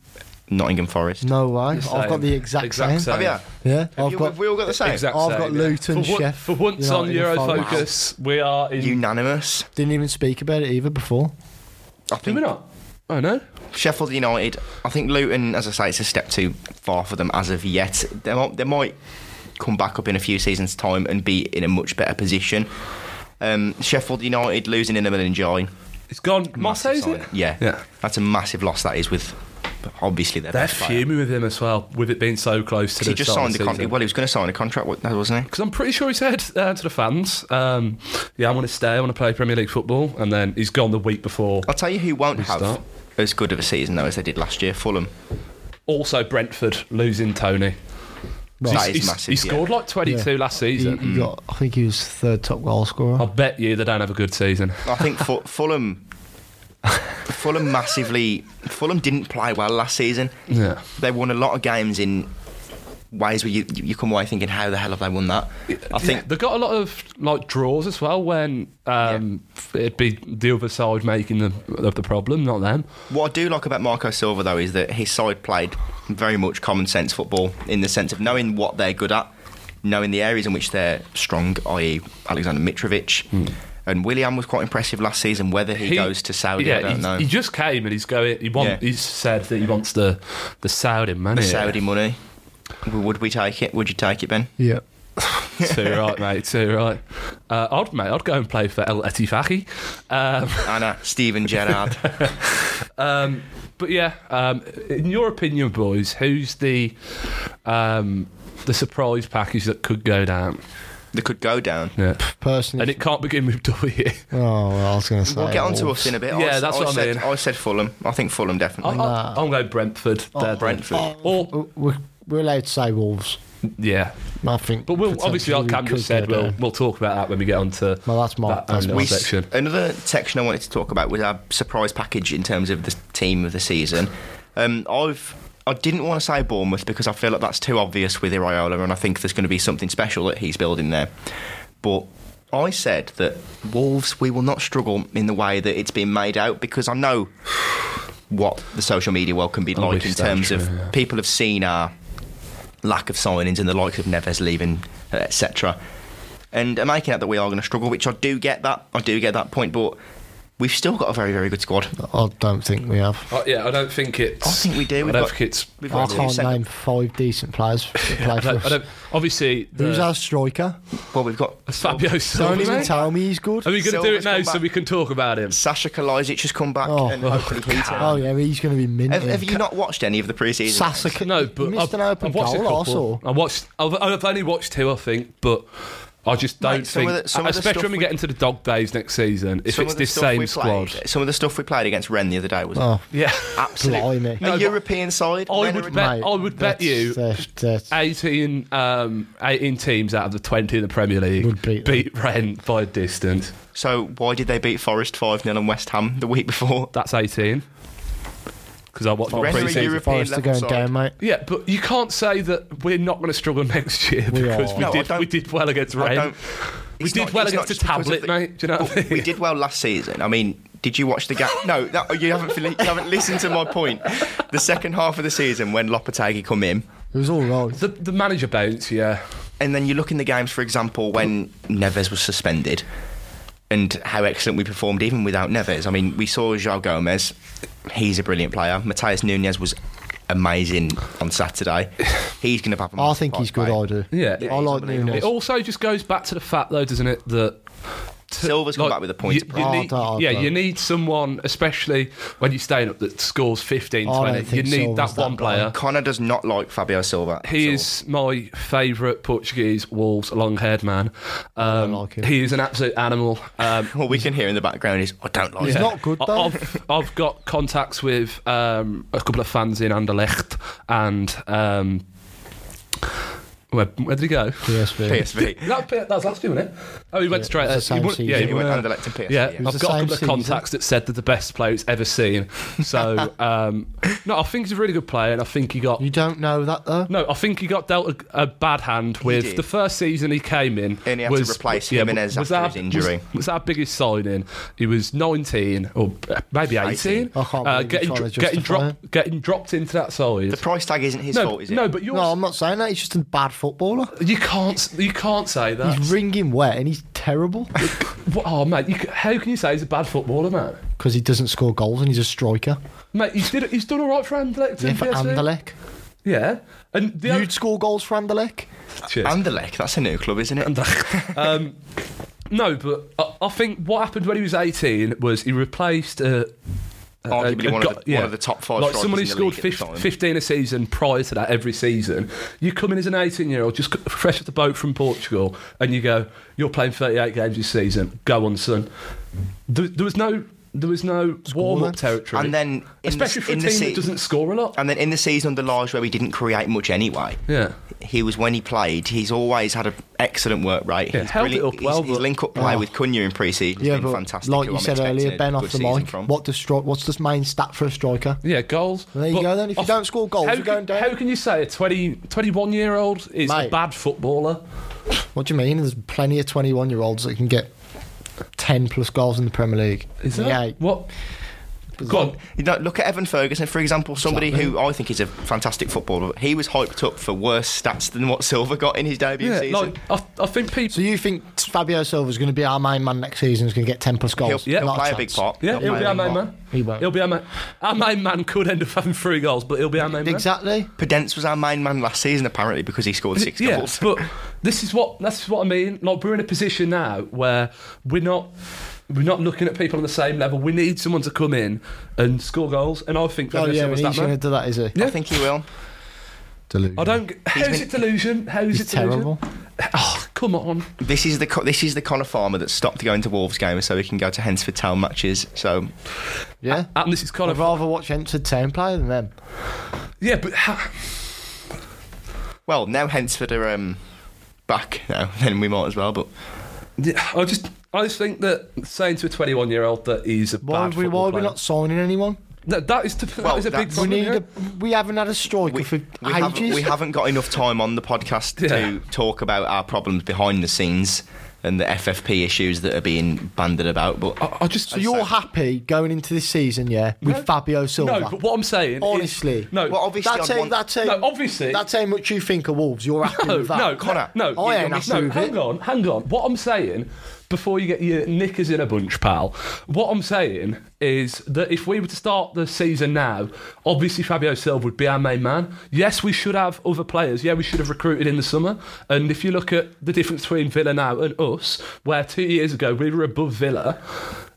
Speaker 3: Nottingham Forest.
Speaker 1: No way.
Speaker 2: Same.
Speaker 1: I've got the exact,
Speaker 2: Exact
Speaker 1: same.
Speaker 2: same.
Speaker 3: Have you?
Speaker 1: Yeah,
Speaker 3: Have
Speaker 1: I've
Speaker 3: you-
Speaker 1: got
Speaker 3: have we all got the same.
Speaker 2: Exact
Speaker 1: I've
Speaker 2: same,
Speaker 1: got
Speaker 2: yeah.
Speaker 1: Luton,
Speaker 2: for, on-
Speaker 1: Chef,
Speaker 2: for once on
Speaker 1: United and Forest.
Speaker 2: Eurofocus, we are in.
Speaker 3: Unanimous.
Speaker 1: Didn't even speak about it either before.
Speaker 3: I
Speaker 2: Do
Speaker 3: think
Speaker 2: we not? Oh no.
Speaker 3: Sheffield United. I think Luton, as I say, it's a step too far for them as of yet. They might, they might come back up in a few seasons' time and be in a much better position. Um, Sheffield United losing in the middle and joy.
Speaker 2: It's gone. Marseille, is it?
Speaker 3: Yeah.
Speaker 2: Yeah.
Speaker 3: That's a massive loss that is with obviously their
Speaker 2: They're
Speaker 3: best player.
Speaker 2: fuming with him as well, with it being so close to
Speaker 3: 'Cause
Speaker 2: the
Speaker 3: He just
Speaker 2: start
Speaker 3: signed
Speaker 2: of
Speaker 3: a
Speaker 2: the
Speaker 3: contract. Well, he was going to sign a contract, with- wasn't he?
Speaker 2: Because I'm pretty sure he said uh, to the fans, um, "Yeah, I want to stay. I want to play Premier League football." And then he's gone the week before.
Speaker 3: I'll tell you who won't
Speaker 2: We
Speaker 3: have
Speaker 2: start.
Speaker 3: as good of a season though as they did last year. Fulham.
Speaker 2: Also, Brentford losing Tony.
Speaker 3: That
Speaker 2: He's-
Speaker 3: is
Speaker 2: he's-
Speaker 3: massive,
Speaker 2: He
Speaker 3: yeah.
Speaker 2: scored like 22 last
Speaker 1: He,
Speaker 2: season.
Speaker 1: he got, I think he was third top goal scorer.
Speaker 2: I'll bet you they don't have a good season.
Speaker 3: I think Fu- Fulham. Fulham massively. Fulham didn't play well last season.
Speaker 2: Yeah.
Speaker 3: They won a lot of games in ways where you you come away thinking, how the hell have they won that? I think
Speaker 2: they got a lot of like draws as well. When um, it'd be the other side making the of the problem, not them.
Speaker 3: what I do like about Marco Silva though is that his side played very much common sense football in the sense of knowing what they're good at, knowing the areas in which they're strong, i.e., Alexander Mitrovic.
Speaker 2: Hmm.
Speaker 3: And William was quite impressive last season. Whether he, goes to Saudi,
Speaker 2: Yeah,
Speaker 3: I don't
Speaker 2: he,
Speaker 3: know.
Speaker 2: he just came and he's going. He want,
Speaker 3: Yeah.
Speaker 2: He's said that he wants the the Saudi money.
Speaker 3: the Saudi money. Would we take it? Would you take it, Ben?
Speaker 1: yeah.
Speaker 2: (laughs) Too right, mate. Too right. Uh, I'd mate. I'd go and play for El Etifaki. Um,
Speaker 3: Anna, Steven Gerrard.
Speaker 2: um, but yeah, um, in your opinion, boys, who's the um, the surprise package that could go down?
Speaker 3: that could go down.
Speaker 2: Yeah.
Speaker 1: Personally,
Speaker 2: And it can't begin with (laughs) W.
Speaker 1: oh, well, I was going to say.
Speaker 3: We'll get onto
Speaker 1: Wolves.
Speaker 3: us in a bit.
Speaker 2: Yeah,
Speaker 3: s-
Speaker 2: that's what I
Speaker 3: said,
Speaker 2: mean.
Speaker 3: I said Fulham. I think Fulham
Speaker 2: I,
Speaker 3: definitely.
Speaker 2: I, I'm going Brentford.
Speaker 3: Oh.
Speaker 2: They're-
Speaker 3: Brentford.
Speaker 2: Or
Speaker 1: We're, we're allowed to say Wolves.
Speaker 2: yeah,
Speaker 1: I think.
Speaker 2: but we'll obviously, like Cam just said, we'll we'll talk about that when we get onto
Speaker 1: Well, that's my-
Speaker 2: that
Speaker 1: that's
Speaker 2: analysis
Speaker 1: my-
Speaker 3: We s-
Speaker 2: section.
Speaker 3: another section I wanted to talk about was our surprise package in terms of the team of the season. Um, I've I didn't want to say Bournemouth because I feel like that's too obvious with Iriola, and I think there's going to be something special that he's building there. But I said that Wolves we will not struggle in the way that it's been made out because I know what the social media world can be
Speaker 2: I
Speaker 3: like
Speaker 2: wish
Speaker 3: in
Speaker 2: that's
Speaker 3: terms of
Speaker 2: true, yeah.
Speaker 3: people have seen our lack of signings and the likes of Neves leaving, etc. And I'm making out that we are going to struggle, which I do get that. I do get that point, but we've still got a very, very good squad.
Speaker 1: I don't think we have.
Speaker 2: Uh, yeah, I don't think it's.
Speaker 3: I think we do.
Speaker 2: I
Speaker 3: We've
Speaker 2: don't
Speaker 3: got-
Speaker 2: think it's.
Speaker 3: We've
Speaker 1: I
Speaker 3: got two
Speaker 1: can't
Speaker 3: centre-
Speaker 1: name five decent players that play
Speaker 2: (laughs) I
Speaker 1: for
Speaker 2: don't, I
Speaker 1: us.
Speaker 2: don't, obviously, the,
Speaker 1: Who's our striker?
Speaker 3: Well, we've got
Speaker 2: Fabio
Speaker 1: Don't
Speaker 2: Silva.
Speaker 1: even
Speaker 2: mate?
Speaker 1: tell me he's good.
Speaker 2: Are we going to do it
Speaker 3: Silva's
Speaker 2: now
Speaker 3: come
Speaker 2: so
Speaker 3: back.
Speaker 2: we can talk about him?
Speaker 3: Sasha Kalajic has come back,
Speaker 1: Oh.
Speaker 3: and hopefully he turns.
Speaker 1: Oh yeah, he's going to be minted.
Speaker 3: Have, have you not watched any of the preseason?
Speaker 1: Sasa?
Speaker 2: No, but
Speaker 1: missed
Speaker 2: I've,
Speaker 1: an open
Speaker 2: I've watched a
Speaker 1: goal.
Speaker 2: couple.
Speaker 1: I saw.
Speaker 2: I watched. I've, I've only watched two, I think, but. I just don't
Speaker 3: Mate, some
Speaker 2: think,
Speaker 3: of the- some of the
Speaker 2: especially
Speaker 3: stuff
Speaker 2: when we
Speaker 3: we-
Speaker 2: get into the dog days next season, if
Speaker 3: Some
Speaker 2: it's
Speaker 3: of the
Speaker 2: this
Speaker 3: stuff
Speaker 2: same
Speaker 3: we
Speaker 2: squad.
Speaker 3: played- uh, Some of the stuff we played against Rennes the other day was
Speaker 1: Oh,
Speaker 2: Yeah,
Speaker 3: absolutely
Speaker 1: blimey.
Speaker 3: a
Speaker 2: No, but-
Speaker 3: European side.
Speaker 2: I
Speaker 3: Rennes
Speaker 2: would
Speaker 3: are in-
Speaker 2: bet-
Speaker 1: mate,
Speaker 2: I would bet
Speaker 1: that's- uh,
Speaker 2: you-
Speaker 1: that's-
Speaker 3: (laughs)
Speaker 1: that's-
Speaker 2: 18, um, 18 teams out of the 20 in the Premier League
Speaker 1: Would beat them.
Speaker 2: Rennes by a distance.
Speaker 3: So why did they beat Forest five 0 and West Ham the
Speaker 2: (laughs)
Speaker 3: week before?
Speaker 2: That's 18. Because I watched my
Speaker 3: Rennes are a
Speaker 2: pre-season.
Speaker 3: European
Speaker 1: Forest are
Speaker 3: level
Speaker 1: going
Speaker 3: side.
Speaker 1: down, mate.
Speaker 2: Yeah, but you can't say that we're not going to struggle (laughs) next year
Speaker 1: We
Speaker 2: because
Speaker 1: are.
Speaker 2: we,
Speaker 3: No, I
Speaker 2: did,
Speaker 3: don't-
Speaker 2: we did well against
Speaker 3: I
Speaker 2: Rennes.
Speaker 3: don't-
Speaker 2: We
Speaker 3: it's
Speaker 2: did
Speaker 3: not-
Speaker 2: well
Speaker 3: it's not
Speaker 2: against the
Speaker 3: just
Speaker 2: tablet,
Speaker 3: because of the- Oh,
Speaker 2: mate. Do you know what I mean?
Speaker 3: we did well last season. I mean, did you watch the game? No, that, you haven't. fili- You haven't listened to my point. The second half of the season when Lopetegui come in,
Speaker 1: It was all right.
Speaker 2: The, the manager bounce, yeah.
Speaker 3: and then you look in the games, for example, when Neves was suspended, and how excellent we performed even without Neves. I mean, we saw João Gomez; he's a brilliant player. Matthias Nunez was amazing
Speaker 1: (laughs)
Speaker 3: on Saturday. He's going to have. a
Speaker 1: I
Speaker 3: massive
Speaker 1: think he's good.
Speaker 3: part to play.
Speaker 1: I do.
Speaker 2: Yeah.
Speaker 1: I like
Speaker 3: unbelievable.
Speaker 1: Nunes.
Speaker 2: It also just goes back to the fact, though, doesn't it, that. t-
Speaker 3: Silva's come back with a point
Speaker 2: You,
Speaker 3: to
Speaker 2: you
Speaker 1: prove.
Speaker 2: need,
Speaker 1: Oh, I don't-
Speaker 2: yeah,
Speaker 1: I don't.
Speaker 2: you need someone, especially when you're staying up, that scores 15,
Speaker 1: I don't
Speaker 2: 20. You
Speaker 1: think
Speaker 2: need
Speaker 1: Silva's
Speaker 2: that one
Speaker 1: that
Speaker 2: player.
Speaker 3: Connor does not like Fabio Silva. at
Speaker 2: He
Speaker 3: all.
Speaker 2: is my favourite Portuguese Wolves long haired man. Um,
Speaker 1: like him.
Speaker 2: he is an absolute animal. Um,
Speaker 3: All we can hear in the background is, I don't like
Speaker 1: He's
Speaker 3: it.
Speaker 2: Yeah.
Speaker 1: (laughs)
Speaker 3: (laughs)
Speaker 1: not good,
Speaker 2: I-
Speaker 1: though.
Speaker 2: I've, I've got contacts with um, a couple of fans in Anderlecht and. Um, where, where did he go?
Speaker 1: PSV.
Speaker 3: PSV.
Speaker 2: That, that was last year, wasn't it? Oh, he went
Speaker 1: Yeah,
Speaker 2: straight.
Speaker 1: it was
Speaker 2: uh,
Speaker 1: the same
Speaker 2: won-
Speaker 1: season.
Speaker 2: yeah,
Speaker 1: He
Speaker 2: he
Speaker 3: went
Speaker 2: won, uh,
Speaker 3: under Lecton PSV,
Speaker 2: Yeah,
Speaker 3: yeah. It
Speaker 1: was
Speaker 2: I've
Speaker 1: the
Speaker 2: got a
Speaker 1: same
Speaker 2: couple of
Speaker 1: season.
Speaker 2: contacts that said that the best player it's ever seen.
Speaker 1: (laughs)
Speaker 2: So, um, no, I think he's a really good player, and I think he got
Speaker 1: You don't know that though.
Speaker 2: No, I think he got dealt a, a bad hand with
Speaker 3: did.
Speaker 2: the first season he came in.
Speaker 3: And he had to
Speaker 2: was,
Speaker 3: replace
Speaker 2: yeah,
Speaker 3: Jimenez
Speaker 2: was
Speaker 3: after
Speaker 2: our-
Speaker 3: his injury.
Speaker 2: Was, was our biggest signing. He was 19 or maybe 18.
Speaker 3: 18.
Speaker 1: I can't
Speaker 2: uh,
Speaker 1: believe you're trying
Speaker 2: getting, dro-
Speaker 1: to
Speaker 2: getting,
Speaker 1: justify
Speaker 2: dropped, getting dropped into that side.
Speaker 3: The price tag isn't his
Speaker 2: no,
Speaker 3: fault, is it?
Speaker 2: no, but you're,
Speaker 1: No, I'm not saying that. He's just a bad footballer.
Speaker 2: you can't you can't say that.
Speaker 1: He's ringing wet and he's
Speaker 3: (laughs)
Speaker 1: terrible
Speaker 2: What- oh mate, you, c- how can you say he's a bad footballer, man?
Speaker 1: because he doesn't score goals and he's a striker.
Speaker 2: Mate, he's, did, he's done all right for Anderlecht.
Speaker 1: Yeah,
Speaker 2: and
Speaker 1: for
Speaker 2: PSV.
Speaker 1: Anderlecht.
Speaker 2: Yeah, and the
Speaker 1: You'd score goals for Anderlecht.
Speaker 2: Cheers.
Speaker 3: Anderlecht, that's a new club, isn't it?
Speaker 2: um, no, but I, I think what happened when he was 18 was he replaced uh, a,
Speaker 3: Arguably
Speaker 2: a- a
Speaker 3: one,
Speaker 2: go-
Speaker 3: of the, one of the top five.
Speaker 2: Like
Speaker 3: strikers
Speaker 2: someone who
Speaker 3: in the
Speaker 2: scored
Speaker 3: league at the
Speaker 2: fif-
Speaker 3: time.
Speaker 2: 15 a season prior to that every season. You come in as an 18 year old, just c- fresh off the boat from Portugal, and you go, You're playing 38 games this season. Go on, son. There, there was no. There was no warm
Speaker 1: then.
Speaker 2: up territory,
Speaker 3: And then in the-
Speaker 2: especially for
Speaker 3: in
Speaker 2: a
Speaker 3: the
Speaker 2: team
Speaker 3: se-
Speaker 2: that doesn't score a lot.
Speaker 3: And then in the season under Large, where he didn't create much anyway,
Speaker 2: yeah,
Speaker 3: he was when he played. He's always had an excellent work rate.
Speaker 2: Yeah,
Speaker 3: he's
Speaker 2: held it
Speaker 3: brilliant-
Speaker 2: up well,
Speaker 3: His, his
Speaker 2: but-
Speaker 3: link-up play
Speaker 1: Oh.
Speaker 3: with Cunha in pre-season has
Speaker 1: Yeah,
Speaker 3: been
Speaker 1: but
Speaker 3: fantastic.
Speaker 1: like
Speaker 3: who
Speaker 1: you
Speaker 3: I'm
Speaker 1: said
Speaker 3: expecting
Speaker 1: earlier,
Speaker 3: a
Speaker 1: Ben
Speaker 3: good
Speaker 1: off the
Speaker 3: season
Speaker 1: mic.
Speaker 3: from.
Speaker 1: What does stri- what's the main stat for a striker?
Speaker 2: yeah, goals.
Speaker 1: There you go then. If you don't score goals,
Speaker 2: how,
Speaker 1: you're going down.
Speaker 2: How can you say a 20, 21 year old is a
Speaker 1: Mate.
Speaker 2: bad footballer?
Speaker 1: What do you mean? There's plenty of 21 year olds that can get 10 plus goals in the Premier League.
Speaker 2: Is that
Speaker 1: Yeah,
Speaker 2: what? Go on.
Speaker 3: You know, look at Evan Ferguson, for example, somebody who I think is a fantastic footballer. He was hyped up for worse stats than what Silva got in his debut
Speaker 2: Yeah,
Speaker 3: season.
Speaker 2: like I, I think people.
Speaker 1: So you think Fabio Silva's going to be our main man next season? Is going to get 10 plus goals?
Speaker 3: He'll- yeah,
Speaker 1: Not
Speaker 3: play a
Speaker 1: chance.
Speaker 3: big part.
Speaker 2: Yeah,
Speaker 3: He'll
Speaker 2: he'll
Speaker 3: play
Speaker 2: be
Speaker 3: a
Speaker 2: our
Speaker 3: big
Speaker 2: main
Speaker 3: part.
Speaker 2: man.
Speaker 1: He won't.
Speaker 2: He'll be our main. Our main man could end up having three goals, but he'll be our main man.
Speaker 1: Exactly.
Speaker 3: Pedence was our main man last season, apparently, because he scored six
Speaker 2: yeah,
Speaker 3: goals.
Speaker 2: but this is what that's what I mean. Like we're in a position now where we're not we're not looking at people on the same level. We need someone to come in and score goals, and I think
Speaker 1: Oh,
Speaker 2: Fabio
Speaker 1: yeah,
Speaker 2: Silva's
Speaker 1: he's
Speaker 2: that
Speaker 1: going to
Speaker 2: man.
Speaker 1: do that, is he?
Speaker 3: I think he will.
Speaker 1: Delusion.
Speaker 2: I don't. How is
Speaker 3: been-
Speaker 2: it delusion? How is
Speaker 1: He's
Speaker 2: it delusion?
Speaker 1: terrible.
Speaker 2: Oh, come on.
Speaker 3: This is the co- this is the Connor Farmer that stopped going to Wolves games so he can go to Hensford Town matches. So
Speaker 2: (laughs)
Speaker 1: Yeah.
Speaker 2: And this is kind
Speaker 1: I'd
Speaker 2: of
Speaker 1: rather watch Hensford Town play than them.
Speaker 2: yeah, but ha-
Speaker 3: well now Hensford are um, back now. (laughs) Then we might as well. But
Speaker 2: yeah, I just I just think that saying to a 21 year old that he's a
Speaker 1: Why,
Speaker 2: bad
Speaker 1: are we, why
Speaker 2: football
Speaker 1: are we
Speaker 2: player-
Speaker 1: not signing anyone?
Speaker 2: That, (laughs) that is the,
Speaker 3: Well,
Speaker 2: that is a big
Speaker 3: that's-
Speaker 1: We
Speaker 2: problem.
Speaker 1: need
Speaker 2: here.
Speaker 1: a, we haven't had a striker
Speaker 3: we,
Speaker 1: for
Speaker 3: we
Speaker 1: ages.
Speaker 3: haven't, we haven't got enough time on the podcast
Speaker 2: Yeah.
Speaker 3: to talk about our problems behind the scenes and the FFP issues that are being banded about. But
Speaker 2: I, I just
Speaker 1: so you're happy going into this season, yeah, with
Speaker 2: No.
Speaker 1: Fabio Silva?
Speaker 2: no, but what I'm saying, is-
Speaker 1: Honestly.
Speaker 2: no,
Speaker 3: well, obviously,
Speaker 1: that's
Speaker 3: I'd
Speaker 1: how,
Speaker 3: want-
Speaker 1: that's how,
Speaker 2: No, obviously-
Speaker 1: That's how much you think of Wolves. You're happy
Speaker 2: no,
Speaker 1: with that.
Speaker 2: no,
Speaker 3: Connor,
Speaker 2: no,
Speaker 1: I
Speaker 2: you're
Speaker 1: ain't
Speaker 2: mis-
Speaker 1: happy
Speaker 2: no,
Speaker 1: with
Speaker 2: hang
Speaker 1: it.
Speaker 2: on, hang on. What I'm saying, before you get your knickers in a bunch, pal, what I'm saying is that if we were to start the season now, obviously Fabio Silva would be our main man. Yes, we should have other players. Yeah, we should have recruited in the summer. And if you look at the difference between Villa now and us, where two years ago we were above Villa.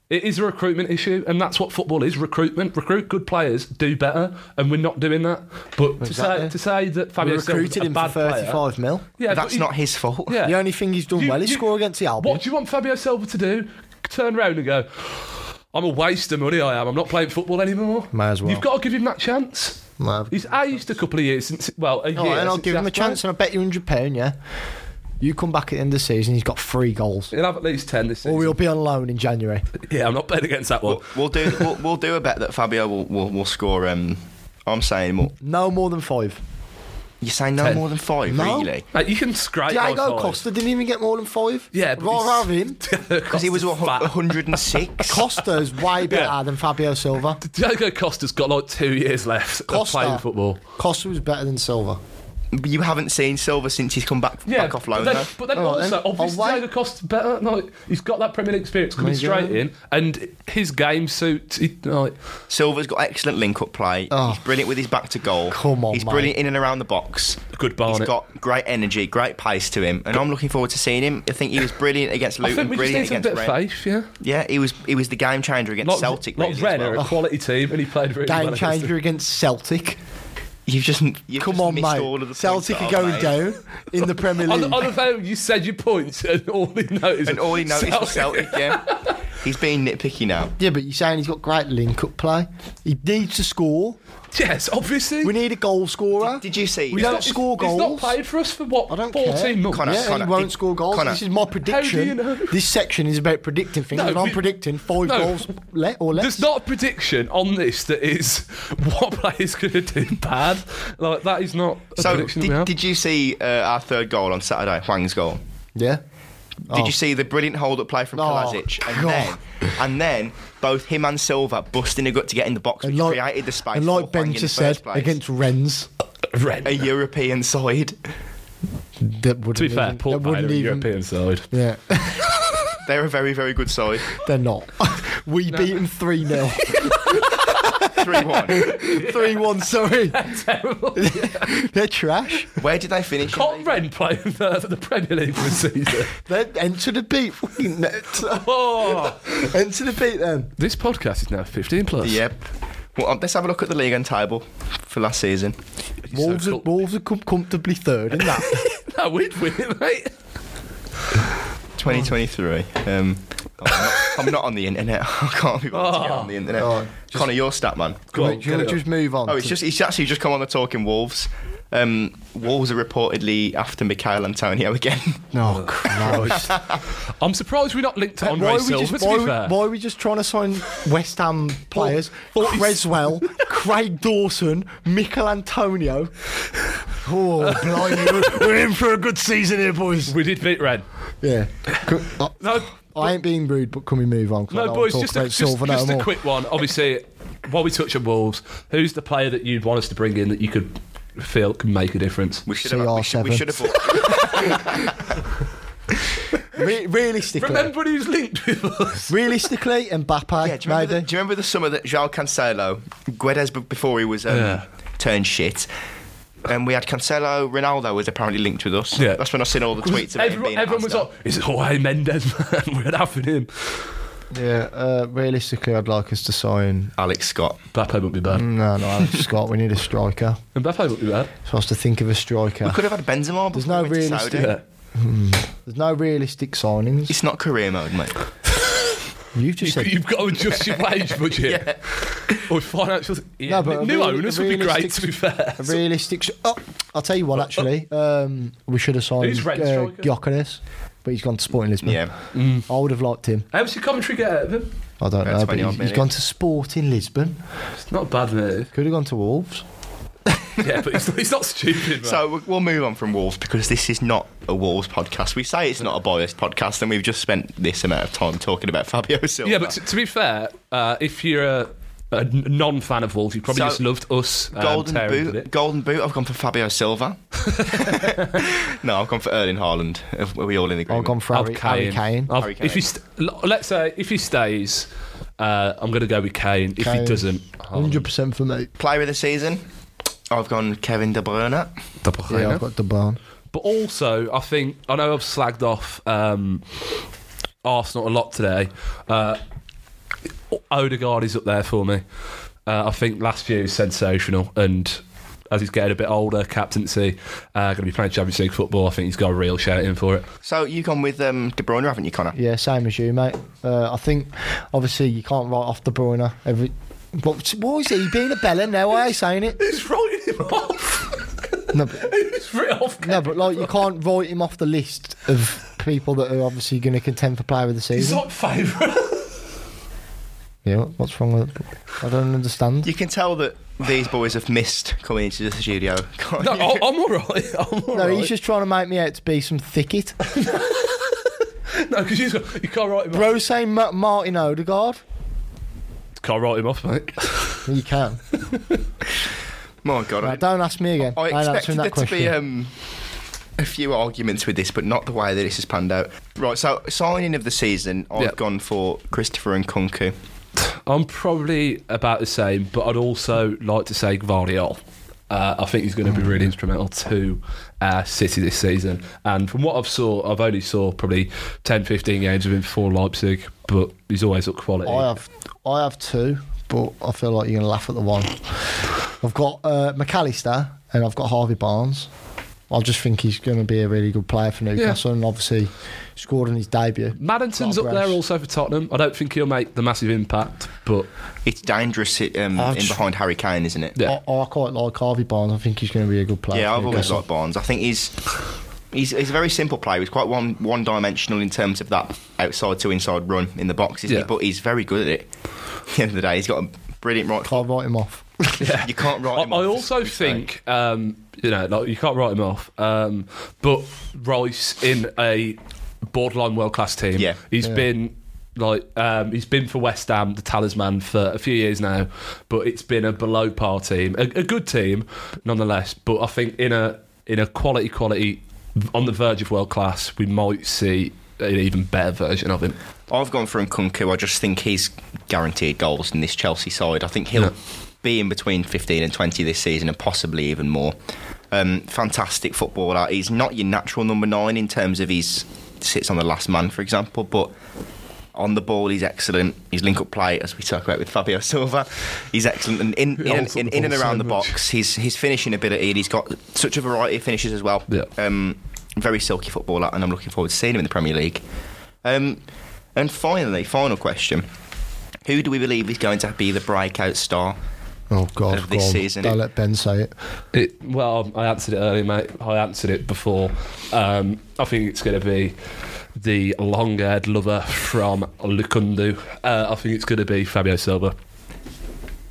Speaker 2: It is a recruitment issue, and that's what football is recruitment. Recruit good players, do better, and we're not doing that. But to, say,
Speaker 1: Exactly.
Speaker 2: to say that
Speaker 1: We
Speaker 2: Fabio
Speaker 1: recruited
Speaker 2: Silva's a
Speaker 1: him for
Speaker 2: bad player,
Speaker 1: 35 mil.
Speaker 2: yeah,
Speaker 3: that's
Speaker 2: but
Speaker 3: not his fault.
Speaker 2: Yeah.
Speaker 1: The only thing he's done
Speaker 2: You-
Speaker 1: well is
Speaker 2: you-
Speaker 1: score against the Albion.
Speaker 2: What do you want Fabio Silva to do? Turn around and go, I'm a waste of money, I am. I'm not playing football anymore.
Speaker 1: May as well.
Speaker 2: You've got to give him that chance.
Speaker 1: Might have-
Speaker 2: He's aged a couple of years since, well, a year.
Speaker 1: All right, and I'll
Speaker 2: since
Speaker 1: give
Speaker 2: he
Speaker 1: him a
Speaker 2: last played.
Speaker 1: chance, and I bet you hundred pound. Yeah, you come back at the end of the season, he's got three goals,
Speaker 2: He'll have at least 10 this
Speaker 1: or
Speaker 2: season.
Speaker 1: he'll be on loan in January.
Speaker 2: Yeah, I'm not betting against that one.
Speaker 3: We'll, we'll do we'll, we'll do a bet that Fabio will will, will score. Um, I'm saying well,
Speaker 1: No more than five.
Speaker 3: you're saying no
Speaker 2: Ten.
Speaker 3: more than five,
Speaker 1: No.
Speaker 3: really.
Speaker 2: Like, you can scrape my
Speaker 1: Diego
Speaker 2: five.
Speaker 1: Costa didn't even get more than five.
Speaker 2: Yeah,
Speaker 1: I'd
Speaker 2: but he's-
Speaker 1: rather have him.
Speaker 3: Because he was
Speaker 2: Costa's
Speaker 3: what,
Speaker 2: fat. (laughs)
Speaker 3: 106.
Speaker 1: Costa's way better than Fabio Silva.
Speaker 2: Diego Costa's got like two years left
Speaker 1: Costa.
Speaker 2: of playing football.
Speaker 1: Costa was better than Silva.
Speaker 3: you haven't seen Silva since he's come back, back off loan.
Speaker 2: But
Speaker 3: though.
Speaker 2: then, but then
Speaker 1: All right,
Speaker 2: also,
Speaker 1: then.
Speaker 2: obviously,
Speaker 1: I'll wait.
Speaker 2: Diego Costa's better. No, he's got that Premier League experience coming
Speaker 1: There you go.
Speaker 2: straight in, and his game suits. He, like,
Speaker 3: Silva's got excellent link-up play.
Speaker 1: Oh.
Speaker 3: He's brilliant with his back to goal.
Speaker 1: Come on,
Speaker 3: he's
Speaker 1: mate.
Speaker 3: brilliant in and around the box.
Speaker 2: Good
Speaker 3: He's
Speaker 2: Barnett.
Speaker 3: got great energy, great pace to him, and I'm looking forward to seeing him. I think he was brilliant against
Speaker 2: I think
Speaker 3: Luton,
Speaker 2: we just
Speaker 3: brilliant
Speaker 2: need a
Speaker 3: against
Speaker 2: bit of
Speaker 3: Ren.
Speaker 2: faith, yeah.
Speaker 3: Yeah, he was he was the game changer against
Speaker 2: Not,
Speaker 3: Celtic.
Speaker 2: not
Speaker 3: really, as
Speaker 2: Ren
Speaker 3: well.
Speaker 2: are a quality team, and he played really well.
Speaker 1: Game
Speaker 2: against them.
Speaker 1: changer against Celtic.
Speaker 3: You've just you've
Speaker 1: Come
Speaker 3: just
Speaker 1: on,
Speaker 3: missed
Speaker 1: mate.
Speaker 3: All of the
Speaker 1: Celtic are
Speaker 3: points
Speaker 1: going
Speaker 3: that I've made.
Speaker 1: down in the Premier
Speaker 3: (laughs)
Speaker 2: On,
Speaker 1: League.
Speaker 2: the- on the phone, you said your points, (laughs) and all he noticed.
Speaker 3: And all he noticed was Celtic. Yeah, he's being nitpicky now.
Speaker 1: yeah, but you're saying he's got great link-up play. He needs to score.
Speaker 2: Yes, obviously.
Speaker 1: We need a goal scorer.
Speaker 3: Did you see?
Speaker 1: We
Speaker 3: He's
Speaker 1: don't
Speaker 3: not-
Speaker 1: score
Speaker 2: He's
Speaker 1: goals.
Speaker 2: not played for us for what?
Speaker 1: I don't
Speaker 2: 14
Speaker 1: care.
Speaker 2: months.
Speaker 3: Connor,
Speaker 1: yeah,
Speaker 3: Connor,
Speaker 1: he won't
Speaker 3: it-
Speaker 1: score goals.
Speaker 3: Connor.
Speaker 1: this is my prediction.
Speaker 2: you know?
Speaker 1: This section is about predicting things,
Speaker 2: No,
Speaker 1: and I'm
Speaker 2: but-
Speaker 1: predicting five
Speaker 2: no.
Speaker 1: goals le- or less.
Speaker 2: There's not a prediction on this that is (laughs) what players going to do bad. Like that is not a
Speaker 3: So
Speaker 2: prediction we
Speaker 3: did,
Speaker 2: have.
Speaker 3: did you see uh, our third goal on Saturday? Huang's goal.
Speaker 1: Yeah.
Speaker 3: Did
Speaker 1: Oh.
Speaker 3: you see the brilliant hold up play from
Speaker 1: Oh,
Speaker 3: Kovacic? And
Speaker 1: God.
Speaker 3: then, and then both him and Silva busting a gut to get in the box, which
Speaker 1: And like,
Speaker 3: created the space.
Speaker 1: and like
Speaker 3: for
Speaker 1: Ben
Speaker 3: Hwang in the
Speaker 1: just
Speaker 3: first
Speaker 1: said,
Speaker 3: place.
Speaker 1: against Rennes,
Speaker 2: Ren.
Speaker 3: a European side, (laughs)
Speaker 1: that wouldn't
Speaker 2: To be fair,
Speaker 1: even,
Speaker 2: Port
Speaker 1: that
Speaker 2: Vale are
Speaker 1: wouldn't
Speaker 2: a
Speaker 1: even, (laughs)
Speaker 2: European side.
Speaker 1: Yeah, (laughs)
Speaker 3: they're a very, very good side.
Speaker 1: they're not. we beat them 3 0.
Speaker 3: three
Speaker 1: (laughs)
Speaker 3: one.
Speaker 1: Three one, sorry.
Speaker 2: Terrible.
Speaker 1: They're trash.
Speaker 3: Where did they finish? in
Speaker 2: Can't
Speaker 3: the-
Speaker 2: Ren play (laughs) in the, the Premier League this season?
Speaker 3: (laughs)
Speaker 1: They enter the beat. (laughs) Fucking
Speaker 2: Oh,
Speaker 1: enter the beat then.
Speaker 2: this podcast is now 15 plus.
Speaker 3: Yep. Well, um, let's have a look at the league and table for last season.
Speaker 2: So
Speaker 1: Wolves,
Speaker 2: cool. (laughs)
Speaker 1: are, Wolves have come comfortably third in that.
Speaker 2: No, we'd win it, mate.
Speaker 3: 2023. Um, I'm, not, I'm not on the internet. (laughs) I can't be bothered to get on the internet.
Speaker 1: Oh, just-
Speaker 3: Connor, your stat man.
Speaker 1: Can
Speaker 2: Go
Speaker 1: we-
Speaker 2: on,
Speaker 1: can
Speaker 2: get
Speaker 1: we
Speaker 2: it up.
Speaker 1: just move on?
Speaker 3: Oh, it's
Speaker 1: to-
Speaker 3: just it's actually just come on the talking Wolves. Um, Wolves are reportedly after Mikhail Antonio again. (laughs)
Speaker 1: no. Christ.
Speaker 2: I'm surprised we're not linked to Andre
Speaker 1: why, are we
Speaker 2: Silva,
Speaker 1: just,
Speaker 2: to
Speaker 1: why,
Speaker 2: be fair.
Speaker 1: why are we just trying to sign West Ham players?
Speaker 2: forty-
Speaker 1: Creswell, Craig Dawson, Mikel Antonio. Oh, blimey. We're in for a good season here, boys.
Speaker 2: We did beat Ren.
Speaker 1: Yeah. Co- I,
Speaker 2: No,
Speaker 1: I ain't being rude, but can we move on? 'Cause I
Speaker 2: no,
Speaker 1: don't
Speaker 2: boys,
Speaker 1: wanna
Speaker 2: just
Speaker 1: talk
Speaker 2: a,
Speaker 1: about
Speaker 2: just,
Speaker 1: Silva no
Speaker 2: just a
Speaker 1: more.
Speaker 2: quick one. Obviously, while we touch on Wolves, who's the player that you'd want us to bring in that you could feel can make a difference?
Speaker 3: We should have. We should, we
Speaker 1: CR7.
Speaker 3: should have. Bought,
Speaker 1: Re- realistically,
Speaker 2: Remember when he was linked with us?
Speaker 1: realistically, Mbappe, (laughs)
Speaker 3: yeah, do, you remember the,
Speaker 1: maybe.
Speaker 3: do you remember the summer that João Cancelo, Guedes b- before he was um,
Speaker 2: Yeah.
Speaker 3: turned shit, and we had Cancelo, Ronaldo was apparently linked with us.
Speaker 2: Yeah.
Speaker 3: That's when I seen all the tweets. About him
Speaker 2: Everyone,
Speaker 3: being
Speaker 2: everyone was like, "Is it Jorge Mendes, (laughs) man? We're having him."
Speaker 1: yeah, uh, realistically, I'd like us to sign.
Speaker 3: Alex Scott.
Speaker 2: Mbappe wouldn't be bad.
Speaker 1: No, no,
Speaker 2: (laughs)
Speaker 1: Alex Scott. We need a striker.
Speaker 2: Mbappe wouldn't be bad.
Speaker 1: Supposed to think of a striker.
Speaker 3: We could have had Benzema.
Speaker 1: There's no
Speaker 3: before we went to
Speaker 1: realistic-
Speaker 3: Saudi.
Speaker 2: Yeah.
Speaker 1: There's no realistic signings.
Speaker 3: It's not career mode, mate.
Speaker 1: You've just
Speaker 2: (laughs) You,
Speaker 1: said
Speaker 2: you've got
Speaker 1: (laughs)
Speaker 2: to adjust your wage budget. Or financial. Yeah,
Speaker 1: No, but a
Speaker 2: new
Speaker 1: real-
Speaker 2: owners
Speaker 1: a
Speaker 2: would be great.
Speaker 1: realistic-
Speaker 2: To be fair,
Speaker 1: a realistic. s oh, I'll tell you what. Actually, um, we should have signed
Speaker 2: Who's Ren's
Speaker 1: uh,
Speaker 2: striker?
Speaker 1: Gyökeres, but he's gone to Sporting Lisbon.
Speaker 3: Yeah.
Speaker 1: I would have liked him.
Speaker 2: how much did Coventry get out of him?
Speaker 1: I don't
Speaker 3: About
Speaker 1: know,
Speaker 3: 20
Speaker 1: but
Speaker 3: odd
Speaker 1: he's, he's
Speaker 3: million.
Speaker 1: gone to Sporting Lisbon.
Speaker 2: It's not a bad move.
Speaker 1: Could have gone to Wolves.
Speaker 2: (laughs) yeah, but it's, it's not stupid. Man.
Speaker 3: So we- we'll move on from Wolves because this is not a Wolves podcast. We say it's not a biased podcast, and we've just spent this amount of time talking about (laughs) Fabio Silva.
Speaker 2: yeah, but t- to be fair, uh, if you're a, a n- non-fan of Wolves, you probably
Speaker 3: So,
Speaker 2: just loved us. Um,
Speaker 3: Golden
Speaker 2: tearing them a
Speaker 3: boot,
Speaker 2: bit.
Speaker 3: golden boot. I've gone for Fabio
Speaker 2: (laughs)
Speaker 3: Silva. (laughs) no, I've gone for Erling Haaland. Are we all
Speaker 1: I've
Speaker 3: in agreement?
Speaker 1: gone for Harry, Harry Kane.
Speaker 2: I'll-
Speaker 3: Harry
Speaker 2: If he
Speaker 3: Kane.
Speaker 2: st- l- let's say if he stays, uh, I'm going to go with Kane. If he
Speaker 1: Kane.
Speaker 2: doesn't,
Speaker 1: Hundred percent for me.
Speaker 3: Player of the season. I've gone Kevin De Bruyne.
Speaker 2: double
Speaker 1: Yeah, I've got the barn.
Speaker 2: But also, I think I know I've slagged off um, Arsenal a lot today. Uh, Odegaard is up there for me. Uh, I think last year was sensational, and as he's getting a bit older, captaincy, uh, going to be playing Champions League football. I think he's got a real shout in for it.
Speaker 3: So you've gone with um, De Bruyne, haven't you, Connor?
Speaker 1: Yeah, same as you, mate. Uh, I think obviously you can't write off De Bruyne every. What, what is he being a Bella now? I ain't saying it.
Speaker 2: Who's writing him off?
Speaker 1: No, but,
Speaker 2: Who's written off?
Speaker 1: no, but like you can't write him off the list of people that are obviously going to contend for player of the
Speaker 2: He's
Speaker 1: season.
Speaker 2: not favourite.
Speaker 1: Yeah, what's wrong with? I don't understand.
Speaker 3: You can tell that these boys have missed coming into the
Speaker 2: (laughs)
Speaker 3: studio. can't
Speaker 2: No,
Speaker 3: you?
Speaker 2: I- I'm all right. I'm all
Speaker 1: No,
Speaker 2: right.
Speaker 1: he's just trying to make me out to be some
Speaker 3: (laughs)
Speaker 1: thicket.
Speaker 2: no, because you can't write him off.
Speaker 1: Bro, saying Ma- Martin Odegaard.
Speaker 2: Can't write him off, mate.
Speaker 1: You
Speaker 3: (laughs)
Speaker 1: can.
Speaker 3: My God, I-
Speaker 1: Right, don't ask me again.
Speaker 3: I
Speaker 1: ain't
Speaker 3: expected
Speaker 1: answering
Speaker 3: there
Speaker 1: that
Speaker 3: to
Speaker 1: question.
Speaker 3: be um, a few arguments with this, but not the way that this has panned out. Right, so signing of the season, I've
Speaker 2: Yep.
Speaker 3: gone for Christopher and Kunku.
Speaker 2: I'm probably about the same, but I'd also like to say Guardiol. Uh, I think he's going to be really instrumental to uh, City this season. And from what I've saw, I've only saw probably 10, 15 games of him for Leipzig, but he's always up quality.
Speaker 1: I have, I have two, but I feel like you're gonna laugh at the one. I've got uh, McAllister and I've got Harvey Barnes. I just think he's going to be a really good player for Newcastle, and obviously scored in his debut.
Speaker 2: Maddington's
Speaker 1: Not
Speaker 2: up there
Speaker 1: Gresh.
Speaker 2: also for Tottenham. I don't think he'll make the massive impact, but
Speaker 3: It's dangerous it, um,
Speaker 1: Oh,
Speaker 3: in
Speaker 1: tr-
Speaker 3: behind Harry Kane, isn't it?
Speaker 2: Yeah.
Speaker 1: I, I quite like Harvey Barnes. I think he's going to be a good player.
Speaker 3: Yeah,
Speaker 1: for
Speaker 3: I've always
Speaker 1: Newcastle.
Speaker 3: liked Barnes. I think he's. He's, he's a very simple player. He's quite one one dimensional in terms of that outside to inside run in the box, isn't
Speaker 2: Yeah.
Speaker 3: he? But he's very good at it. (laughs) At the end of the day, he's got a brilliant right.
Speaker 1: Can't write him
Speaker 3: (laughs)
Speaker 1: off.
Speaker 3: You can't write
Speaker 2: I,
Speaker 3: him
Speaker 2: I
Speaker 3: off.
Speaker 2: also
Speaker 3: He's great.
Speaker 2: think um, you know, like you can't write him off. Um, but Rice in a borderline world class team.
Speaker 3: Yeah.
Speaker 2: he's
Speaker 1: Yeah.
Speaker 2: been like um, he's been for West Ham the talisman for a few years now, but it's been a below par team, a, a good team nonetheless. But I think in a in a quality quality on the verge of world class, we might see an even better version of him.
Speaker 3: I've gone for Nkunku. I just think he's guaranteed goals in this Chelsea side. I think he'll
Speaker 2: Yeah.
Speaker 3: being between 15 and 20 this season and possibly even more. Um, fantastic footballer. He's not your natural number nine in terms of he's sits on the last man, for example, but on the ball, he's excellent. His link up play, as we talk about with Fabio (laughs) Silva, he's excellent. And in,
Speaker 2: He
Speaker 3: in,
Speaker 2: holds up
Speaker 3: in,
Speaker 2: the
Speaker 3: in and
Speaker 2: ball so
Speaker 3: around the
Speaker 2: much.
Speaker 3: box, his, his finishing ability, and he's got such a variety of finishes as well.
Speaker 2: Yeah.
Speaker 3: Um, very silky footballer, and I'm looking forward to seeing him in the Premier League. Um, and finally, final question. Who do we believe is going to be the breakout star?
Speaker 1: Oh God,
Speaker 3: Of
Speaker 1: go
Speaker 3: this
Speaker 1: on.
Speaker 3: season,
Speaker 1: Don't
Speaker 3: it-
Speaker 1: let Ben say it.
Speaker 2: It, well, I answered it earlier, mate. I answered it before. Um, I think it's going to be the long-haired lover from Lukundu. Uh, I think it's going to be Fabio Silva.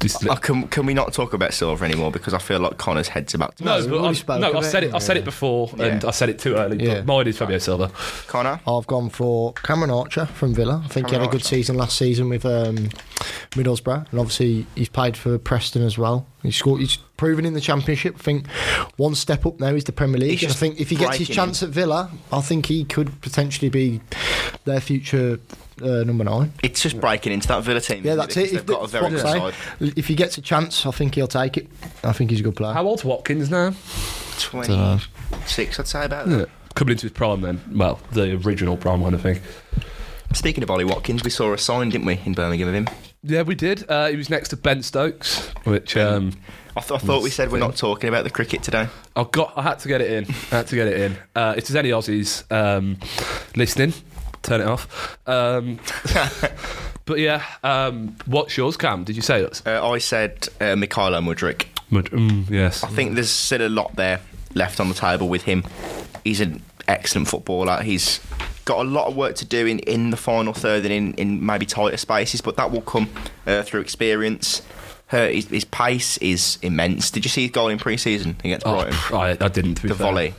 Speaker 2: Just
Speaker 3: Uh, can, can we not talk about Silver anymore? Because I feel like Connor's head's about to.
Speaker 2: no,
Speaker 1: we
Speaker 2: but
Speaker 1: already
Speaker 2: I,
Speaker 1: spoke
Speaker 2: no,
Speaker 1: of
Speaker 2: I
Speaker 1: it,
Speaker 2: said it. I said it before, and
Speaker 3: Yeah.
Speaker 2: I said it too early.
Speaker 1: Yeah.
Speaker 2: But mine is Fabio Silva.
Speaker 3: Connor?
Speaker 1: I've gone for Cameron Archer from Villa. I think he had
Speaker 3: Cameron
Speaker 1: a good
Speaker 3: Archer.
Speaker 1: season last season with um, Middlesbrough, and obviously he's played for Preston as well. He's scored. He's proven in the Championship. I think one step up now is the Premier League. And I
Speaker 3: just
Speaker 1: think if he gets his
Speaker 3: breaking
Speaker 1: chance at Villa, I think he could potentially be their future uh, number nine.
Speaker 3: It's just breaking into that Villa team.
Speaker 1: Yeah,
Speaker 3: isn't
Speaker 1: that's it.
Speaker 3: Because They've
Speaker 1: If-
Speaker 3: got a very good
Speaker 1: that's what
Speaker 3: side.
Speaker 1: If he gets a chance, I think he'll take it. I think he's a good player.
Speaker 2: How old's Watkins now?
Speaker 3: 26, I'd say about that.
Speaker 2: Uh, Coming into his prime then. Well, the original prime one, I think.
Speaker 3: Speaking of Ollie Watkins, we saw a sign, didn't we, in Birmingham of him?
Speaker 2: Yeah, we did. Uh, he was next to Ben Stokes, which um,
Speaker 3: I, th- I thought we said we're not talking about the cricket today.
Speaker 2: I got. Oh, I had to get it in. I had to get it in. Uh, if there's any Aussies um, listening, turn it off. Um, (laughs) but yeah, um, what's yours, Cam? Did you say it?
Speaker 3: Uh, I said uh, Mikhailo Mudrik.
Speaker 2: Mm, yes.
Speaker 3: I think there's still a lot there left on the table with him. He's an excellent footballer. He's got a lot of work to do in, in the final third and in, in maybe tighter spaces, but that will come uh, through experience. Uh, his, his pace is immense. Did you see his goal in pre-season against
Speaker 2: Oh,
Speaker 3: Brighton?
Speaker 2: pff, I, I didn't. To be
Speaker 3: The
Speaker 2: fair.
Speaker 3: volley,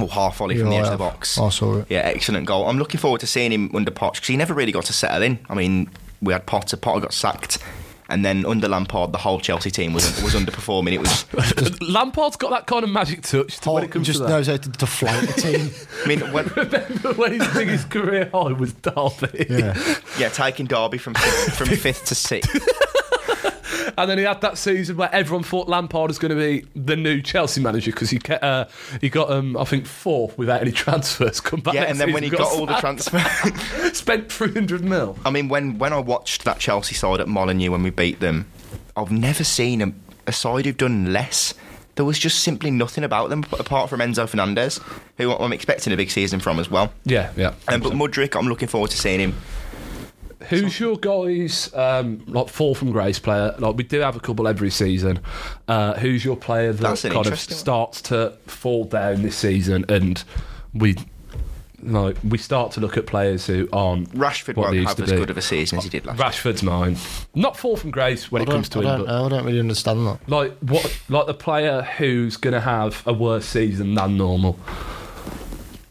Speaker 3: or half volley
Speaker 1: Yeah,
Speaker 3: from the
Speaker 1: I
Speaker 3: edge of the
Speaker 1: have.
Speaker 3: box.
Speaker 1: I saw it.
Speaker 3: Yeah, excellent goal. I'm looking forward to seeing him under Poch because he never really got to settle in. I mean, we had Potter, Potter got sacked, and then under Lampard, the whole Chelsea team was was underperforming. It was,
Speaker 2: Lampard's got that kind of magic touch to when it
Speaker 1: Hart
Speaker 2: comes
Speaker 1: Oh, just
Speaker 2: to that.
Speaker 1: knows how to deflate a team.
Speaker 3: I mean, when,
Speaker 2: (laughs) when his biggest career high was Derby,
Speaker 1: yeah,
Speaker 3: yeah, taking Derby from fifth, from fifth to sixth.
Speaker 2: (laughs) and then he had that season where everyone thought Lampard was going to be the new Chelsea manager because he kept, uh, he got um, I think fourth without any (laughs) transfers. Come back,
Speaker 3: Yeah,
Speaker 2: next
Speaker 3: and then when he
Speaker 2: season,
Speaker 3: got all the
Speaker 2: sacked. (laughs)
Speaker 3: transfer, (laughs)
Speaker 2: spent three hundred mil.
Speaker 3: I mean, when when I watched that Chelsea side at Molineux when we beat them, I've never seen a, a side who've done less. There was just simply nothing about them apart from Enzo Fernandez, who I'm expecting a big season from as well.
Speaker 2: Yeah, yeah.
Speaker 3: Um, but Mudrick, I'm looking forward to seeing him.
Speaker 2: Who's your guys um, like fall from grace player? Like we do have a couple every season. Uh, who's your player that
Speaker 3: That's an
Speaker 2: kind of
Speaker 3: interesting one.
Speaker 2: starts to fall down this season, and we like we start to look at players who aren't
Speaker 3: Rashford
Speaker 2: what they
Speaker 3: won't
Speaker 2: used
Speaker 3: have
Speaker 2: to
Speaker 3: as
Speaker 2: be.
Speaker 3: good of a season as he did last.
Speaker 2: Rashford's mine. Not fall from grace when
Speaker 1: I
Speaker 2: it comes
Speaker 1: don't,
Speaker 2: to
Speaker 1: I,
Speaker 2: him,
Speaker 1: don't,
Speaker 2: but
Speaker 1: know, I don't really understand that.
Speaker 2: like what like the player who's gonna have a worse season than normal.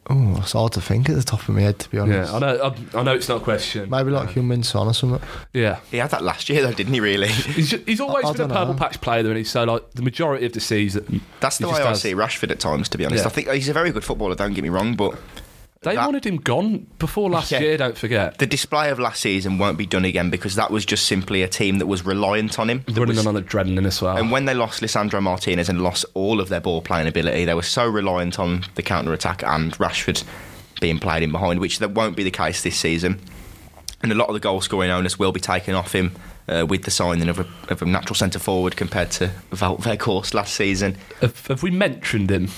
Speaker 1: Oh, it's hard to think at the top of my head, to be honest.
Speaker 2: Yeah, I know. I, I know it's not a question.
Speaker 1: Maybe like Human Son or something.
Speaker 2: Yeah.
Speaker 3: He had that last year though, didn't he? Really? (laughs)
Speaker 2: He's, ju- he's always
Speaker 1: I- I
Speaker 2: been a
Speaker 1: dunno.
Speaker 2: purple patch player, though, and he's so like the majority of the season.
Speaker 3: Mm. That's the
Speaker 2: he
Speaker 3: way
Speaker 2: just
Speaker 3: I
Speaker 2: has-
Speaker 3: see Rashford at times. To be honest,
Speaker 2: Yeah.
Speaker 3: I think he's a very good footballer. Don't get me wrong, but
Speaker 2: They
Speaker 3: that-
Speaker 2: wanted him gone before last
Speaker 3: Yeah.
Speaker 2: year. Don't forget.
Speaker 3: the display of last season won't be done again because that was just simply a team that was reliant on him. That
Speaker 2: Running
Speaker 3: was- Um,
Speaker 2: on adrenaline as well.
Speaker 3: and when they lost Lissandro Martinez and lost all of their ball playing ability, they were so reliant on the counter attack and Rashford being played in behind, which that won't be the case this season. And a lot of the goal scoring onus will be taken off him uh, with the signing of a, of a natural centre forward compared to Valvercourse last season.
Speaker 2: have, have we mentioned him?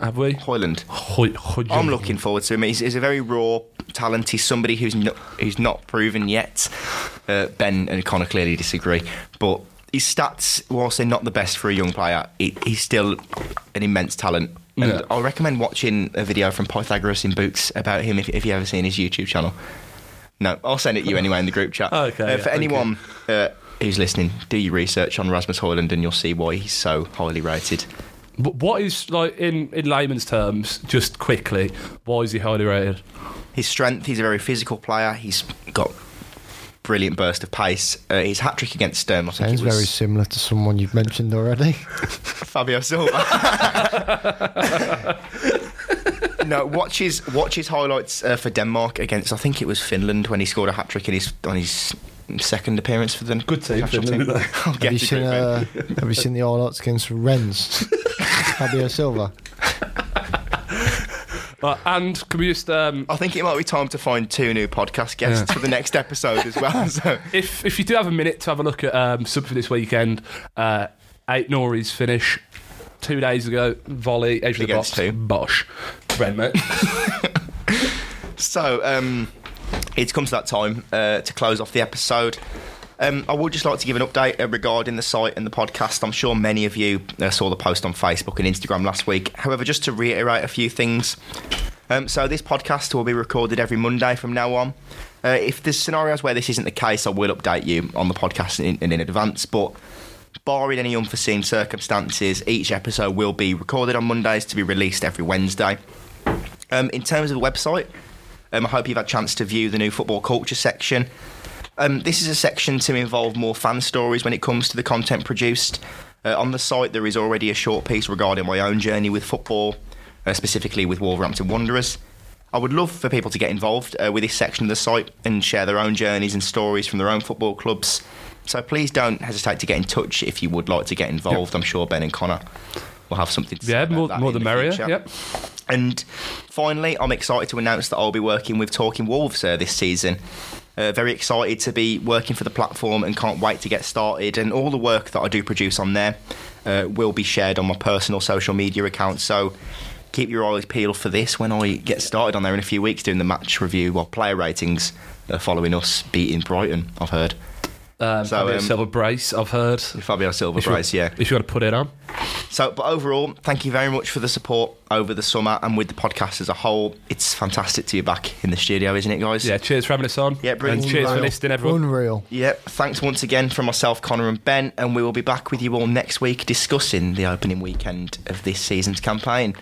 Speaker 2: Have we?
Speaker 3: Hoyland.
Speaker 2: Hoy- Hoyun.
Speaker 3: I'm looking forward to him. He's, he's a very raw talent. He's somebody who's not, who's not proven yet. Uh, ben and Connor clearly disagree, but his stats, whilst they're not the best for a young player, he, he's still an immense talent. And
Speaker 2: Yeah.
Speaker 3: I recommend watching a video from Pythagoras in Boots about him if, if you ever seen his YouTube channel. No, I'll send it to you anyway in the group
Speaker 2: (laughs)
Speaker 3: chat.
Speaker 2: Okay,
Speaker 3: Uh,
Speaker 2: yeah,
Speaker 3: for
Speaker 2: thank
Speaker 3: anyone uh, who's listening, do your research on Rasmus Hoyland and you'll see why he's so highly rated.
Speaker 2: Wh- What is like in in layman's terms? Just quickly, why is he highly rated?
Speaker 3: his strength. He's a very physical player. He's got brilliant burst of pace. Uh, his hat trick against Sturm, I think,
Speaker 1: Sounds
Speaker 3: it was (laughs)
Speaker 1: very similar to someone you've mentioned
Speaker 2: (laughs)
Speaker 1: already. (laughs)
Speaker 3: Fabio Silva. no, watch his watch his highlights uh, for Denmark against I think it was Finland when he scored a hat trick in his on his second appearance for them.
Speaker 2: Good team,
Speaker 3: National
Speaker 2: Finland.
Speaker 3: team. (laughs) I'll
Speaker 1: Have
Speaker 3: get
Speaker 1: you,
Speaker 3: to
Speaker 1: seen,
Speaker 3: Group B.
Speaker 1: uh, have you seen the all outs against
Speaker 2: (laughs)
Speaker 1: Rennes? Fabio Silva.
Speaker 2: But, and can we just um,
Speaker 3: I think it might be time to find two new podcast guests for the next episode as well. (laughs) So
Speaker 2: if if you do have a minute to have a look at um, something this weekend, uh, eight Norries finish two days ago, volley, edge of the box,
Speaker 3: Against who?
Speaker 2: bosh. Red mate.
Speaker 3: So, um, it's come to that time uh, to close off the episode. Um, I would just like to give an update uh, regarding the site and the podcast. I'm sure many of you uh, saw the post on Facebook and Instagram last week. However, just to reiterate a few things. Um, so, this podcast will be recorded every Monday from now on. Uh, if there's scenarios where this isn't the case, I will update you on the podcast in, in, in advance. But barring any unforeseen circumstances, each episode will be recorded on Mondays to be released every Wednesday. Um, in terms of the website, um, I hope you've had a chance to view the new football culture section. Um, this is a section to involve more fan stories when it comes to the content produced. Uh, on the site, there is already a short piece regarding my own journey with football, uh, specifically with Wolverhampton Wanderers. I would love for people to get involved uh, with this section of the site and share their own journeys and stories from their own football clubs. So please don't hesitate to get in touch if you would like to get involved. I'm sure Ben and Connor will have something to say.
Speaker 2: yeah,
Speaker 3: about
Speaker 2: more,
Speaker 3: that
Speaker 2: more
Speaker 3: in
Speaker 2: the
Speaker 3: the
Speaker 2: merrier.
Speaker 3: future.
Speaker 2: Yep.
Speaker 3: And finally, I'm excited to announce that I'll be working with Talking Wolves uh, this season. Uh, very excited to be working for the platform and can't wait to get started. And all the work that I do produce on there uh, will be shared on my personal social media account. So keep your eyes peeled for this when I get started on there in a few weeks doing the match review or player ratings uh, following us beating Brighton, I've heard.
Speaker 2: Um,
Speaker 3: So,
Speaker 2: Fabio
Speaker 3: um,
Speaker 2: Silva brace, I've heard.
Speaker 3: Fabio Silva Brace, yeah.
Speaker 2: If you want to put it on.
Speaker 3: So, but overall, thank you very much for the support over the summer and with the podcast as a whole. It's fantastic to be back in the studio, isn't it, guys?
Speaker 2: Yeah, cheers for having us on.
Speaker 3: Yeah, brilliant.
Speaker 2: And cheers for
Speaker 1: Unreal.
Speaker 2: listening, everyone.
Speaker 1: Unreal.
Speaker 3: Yep. Thanks once again from myself, Connor, and Ben, and we will be back with you all next week discussing the opening weekend of this season's campaign.